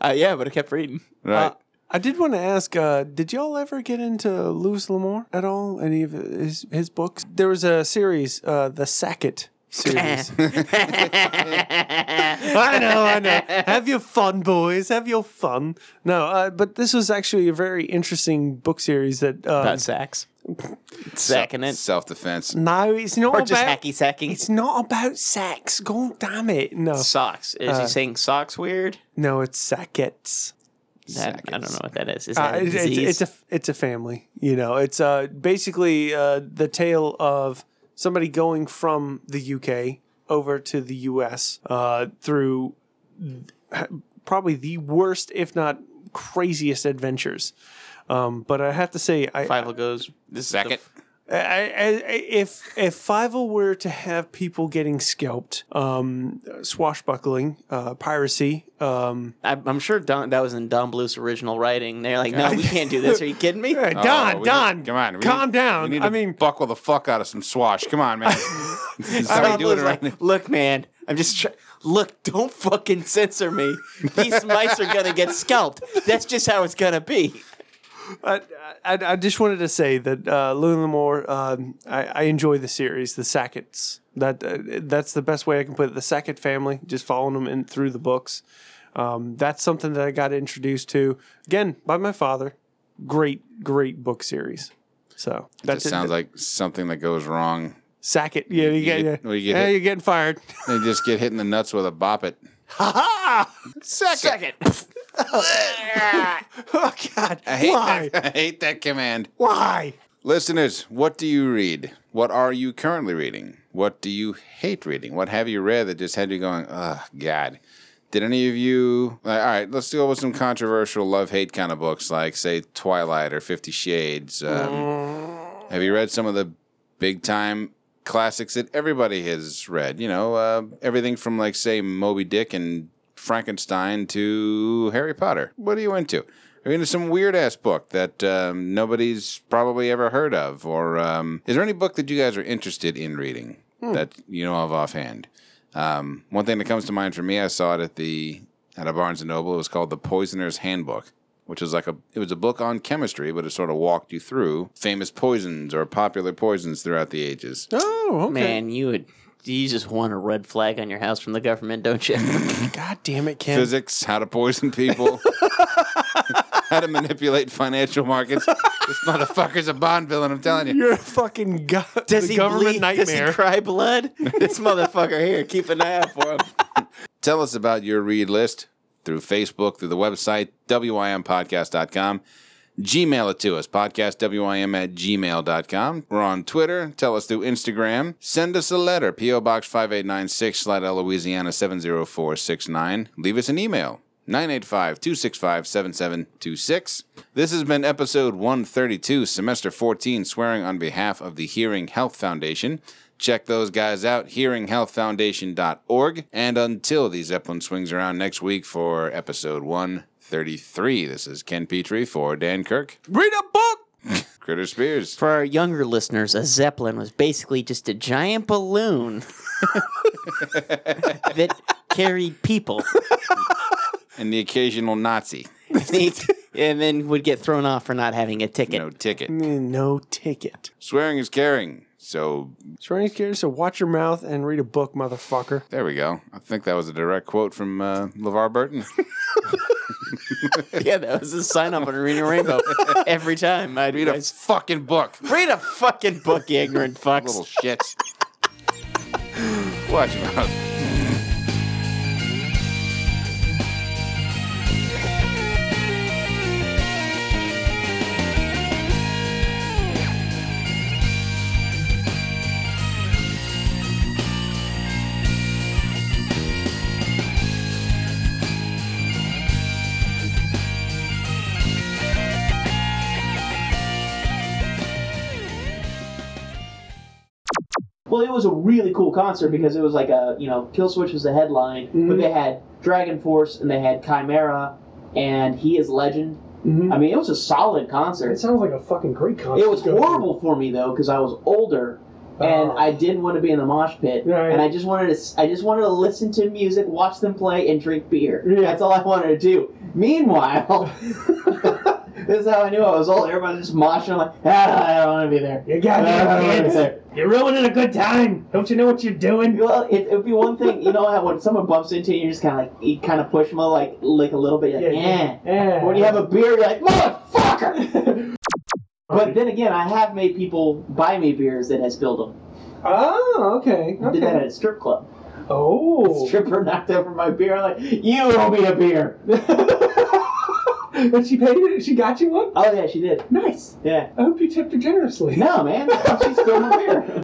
uh, yeah but I kept reading
Right.
Uh, I did want to ask: uh, Did y'all ever get into Louis L'Amour at all? Any of his his books? There was a series, uh, the Sackett series. I know, I know. Have your fun, boys. Have your fun. No, uh, but this was actually a very interesting book series that. Um,
about sacks sacking it
Self defense.
no, it's not
or
about.
just hacky sacking
It's not about sex. God damn it! No,
socks is he saying socks weird
no, it's Sackett's.
That- I don't know what that is is
Uh,
that a
it's, it's, it's
disease
a it's a family. You know, it's uh, basically uh, the tale of somebody going from the UK over to the US uh, through probably the worst, if not craziest, adventures. Um, but I have to say, I,
Fivel goes this is the
Sackett.
f-
I, I, I- if if Fivel were to have people getting scalped, um, swashbuckling, uh, piracy, um,
I, I'm sure Don, that was in Don Bluth's original writing. They're like, no, we can't do this. Are you kidding me?
Hey,
Oh,
Don,
we-
Don,
come on, we
calm
need-
down.
we need
I
to
mean,
buckle the fuck out of some swash. Come on, man. this is how we
Don
do it
Bluth's
around
like, look, man, I'm just try- look. Don't fucking censor me. These mice are gonna get scalped. That's just how it's gonna be.
I, I, I just wanted to say that uh, Louis L'Amour, um, I, I enjoy the series, the Sacketts. That uh, that's the best way I can put it. The Sackett family, just following them in through the books. Um, that's something that I got introduced to again by my father. Great, great book series. So
That
that's it.
sounds like something that goes wrong.
Sackett. Yeah, you get,
get-
yeah.
well, you get
yeah
hit.
you're getting fired.
They just get hit in the nuts with a bop it.
Second,
oh God,
I hate,
why?
That, I hate that command.
Why?
Listeners, what do you read? What are you currently reading? What do you hate reading? What have you read that just had you going, oh, God, Did any of you? uh, All right, let's go with some controversial love hate kind of books, like say Twilight or Fifty Shades. Um,
Mm.
have you read some of the big time classics that everybody has read? You know, uh, everything from like say Moby Dick and Frankenstein to Harry Potter. What are you into? Are you into some weird ass book that um, nobody's probably ever heard of? Or um, is there any book that you guys are interested in reading that you know of offhand? Um, one thing that comes to mind for me, I saw it at the at a Barnes and Noble. It was called The Poisoner's Handbook, which was like a it was a book on chemistry, but it sort of walked you through famous poisons or popular poisons throughout the ages.
Oh, okay.
Man, you would. You just want a red flag on your house from the government, don't you?
God damn it, Ken.
Physics, how to poison people, how to manipulate financial markets. this motherfucker's a Bond villain. I'm telling you.
You're a fucking go-
Does
the
he
government
bleed? Does he
nightmare.
cry blood? This motherfucker here. Keep an eye out for him.
Tell us about your read list through Facebook, through the website, wimpodcast.com. Gmail it to us, podcastwim at gmail.com. We're on Twitter. Tell us through Instagram. Send us a letter, P.O. Box 5896, Slidell, Louisiana 70469. Leave us an email, 985 265 7726. This has been episode 132, semester 14, swearing on behalf of the Hearing Health Foundation. Check those guys out, hearinghealthfoundation.org. And until the Zeppelin swings around next week for episode 133, this is Ken Petrie for Dan Kirk,
Read a book.
Critter Spears.
For our younger listeners, a zeppelin was basically just a giant balloon that carried people,
And the occasional Nazi.
and then would get thrown off for not having a ticket.
No ticket.
No ticket.
Swearing is caring. So
Swearing scares, so watch your mouth and read a book, motherfucker.
there we go. I think that was a direct quote from uh, LeVar Burton.
Yeah, that was a sign up on Arena Rainbow every time. I'd
Read a fucking book,
read a fucking book, you ignorant
little
fucks.
shits. Watch your mouth.
Well, it was a really cool concert because it was like a you know Killswitch was the headline,
Mm-hmm.
but they had Dragon Force and they had Chimera, and He Is Legend. I mean, it was a solid concert. It
Mm-hmm. sounds like a fucking great concert.
was horrible for me though because I was older. And
Oh.
I didn't want to be in the mosh pit,
Right.
and I just wanted to. s- I just wanted to listen to music, watch them play, and drink beer.
Yeah.
That's all I wanted to do. Meanwhile, this is how I knew I was old. Everybody's just moshing. I'm like, ah, I don't want to be there.
You
Ah, I don't wanna be there.
You're ruining a good time. Don't you know what you're doing?
Well, it, it'd be one thing, you know, how when someone bumps into you, you're just kind of like, you kind of push them a, like, like a little bit, you're like, eh.
Yeah.
When you have a beer, you're like, motherfucker! but then again, I have made people buy me beers that has spilled them.
Oh, okay.
I did that at a strip club.
Oh.
Stripper knocked over my beer, I'm like, you owe me a beer!
but she paid it. She got you one.
oh, yeah, she did.
Nice.
Yeah.
I hope you tipped her generously.
No, man, she spilled my beer.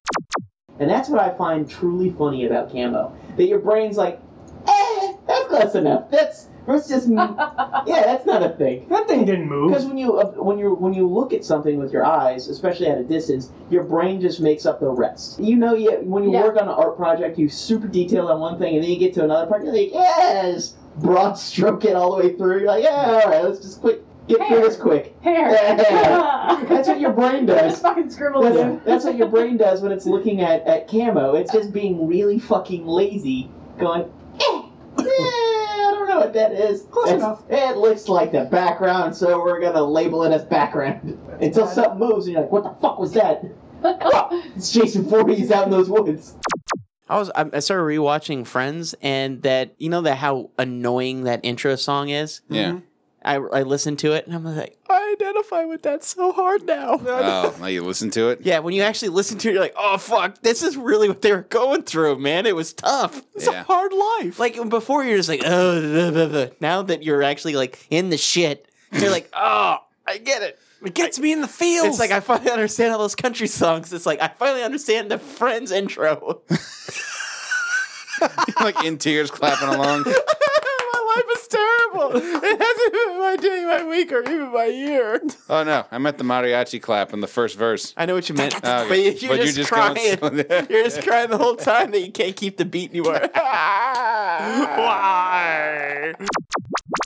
And that's what I find truly funny about Camo. That your brain's like, eh, that's close enough. That's, that's just, yeah, that's not a thing.
That thing didn't
Because
move.
when you uh, when you when you look at something with your eyes, especially at a distance, your brain just makes up the rest. You know, you, when you
Yeah.
work on an art project, you super detail on one thing, and then you get to another part, you're like, yes, broad stroke it all the way through. You're like, yeah, all right, let's just quick get through this quick.
Hair.
That's what your brain does.
Just fucking scribbled
That's,
it.
that's what your brain does when it's looking at, at camo. It's just being really fucking lazy, going, eh, eh, I don't know what that is.
Close
It's-
enough.
It looks like the background, so we're going to label it as background. Until something moves and you're like, what the fuck was that? Oh, it's Jason Voorhees out in those woods.
I was I I started rewatching Friends, and that you know that how annoying that intro song is.
Yeah.
I I listened to it, and I'm like,
I identify with that so hard now.
Oh, now you listen to it?
yeah. When you actually listen to it, you're like, oh fuck, this is really what they were going through, man. It was tough.
Yeah.
Hard life.
Like before, you're just like, oh. Blah, blah, blah. Now that you're actually like in the shit, you're like, oh, I get it.
it gets me in the fields.
It's like I finally understand all those country songs. It's like I finally understand the Friends intro.
like in tears, clapping along.
life is terrible. It hasn't been my day, my week, or even my year.
Oh no, I meant the mariachi clap in the first verse.
I know what you meant,
Okay.
but you- you're
But
just,
you're just going
crying.
so-
you're just crying the whole time that you can't keep the beat anymore.
Why?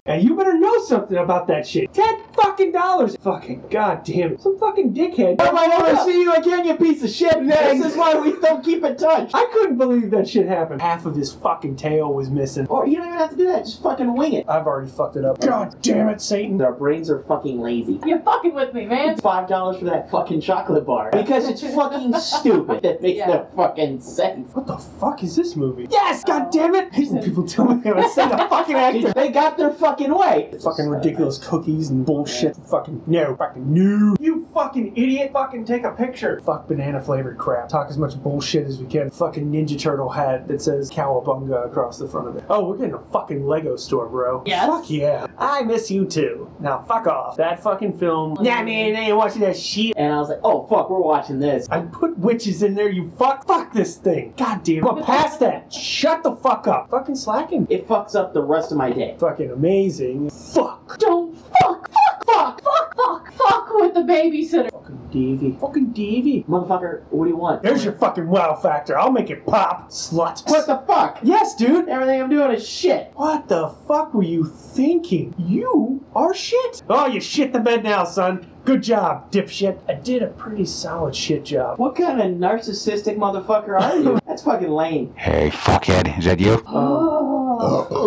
And you better know something about that shit.
Ten fucking dollars.
Fucking goddamn it. Some fucking dickhead.
Why am I never see you again, you piece of shit? This is why we don't keep in touch.
I couldn't believe that shit happened. Half of his fucking tail was missing.
Or you don't even have to do that. Just fucking wing it.
I've already fucked it up. God damn it, Satan.
Our brains are fucking lazy.
You're fucking with me, man.
Five dollars for that fucking chocolate bar because it's fucking stupid. That makes
Yeah.
no fucking sense.
What the fuck is this movie?
Yes,
God damn it! These people tell me they would send a fucking actor.
They got their fucking way.
Fucking ridiculous cookies and bullshit. Fucking no, fucking no. You fucking idiot! Fucking take a picture. Fuck banana flavored crap. Talk as much bullshit as we can. Fucking Ninja Turtle hat that says Cowabunga across the front of it. Oh, we're getting a fucking Lego store, bro.
Yes.
Fuck yeah. I miss you too. Now fuck off. That fucking film. Nah, man, I ain't watching that shit.
And I was like, oh fuck, we're watching this.
I put witches in there, you fuck. Fuck this thing. God damn it. I'm past that. Shut the fuck up. Fucking slacking.
It fucks up the rest of my day.
Fucking amazing. Fuck.
Don't fuck, fuck, fuck, fuck, fuck, fuck with the babysitter.
Fucking Davy. Fucking Davy.
Motherfucker, what do you want?
There's your fucking wow factor. I'll make it pop. Slut.
What the fuck?
Yes, dude.
Everything I'm doing is shit.
What the fuck were you thinking? You are shit. Oh, you shit the bed now, son. Good job, dipshit. I did a pretty solid shit job.
What kind of narcissistic motherfucker are you? That's fucking lame.
Hey, fuckhead, is that you?
Oh.
Uh,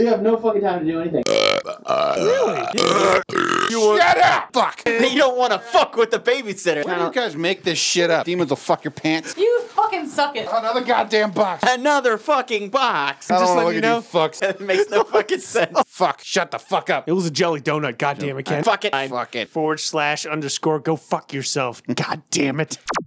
You have no fucking time to do anything.
Shut up! Fuck!
you don't want to fuck with the babysitter.
Why do you guys make this shit up? Demons will fuck your pants.
You fucking suck it.
Another goddamn box.
Another fucking box.
I
Just
don't wanna
let you
look at
know.
you fucks.
It makes no fucking sense.
Fuck! Shut the fuck up!
It was a jelly donut. Goddamn it, Ken.
Fuck it.
Fuck it.
Forward slash underscore. Go fuck yourself. God damn it.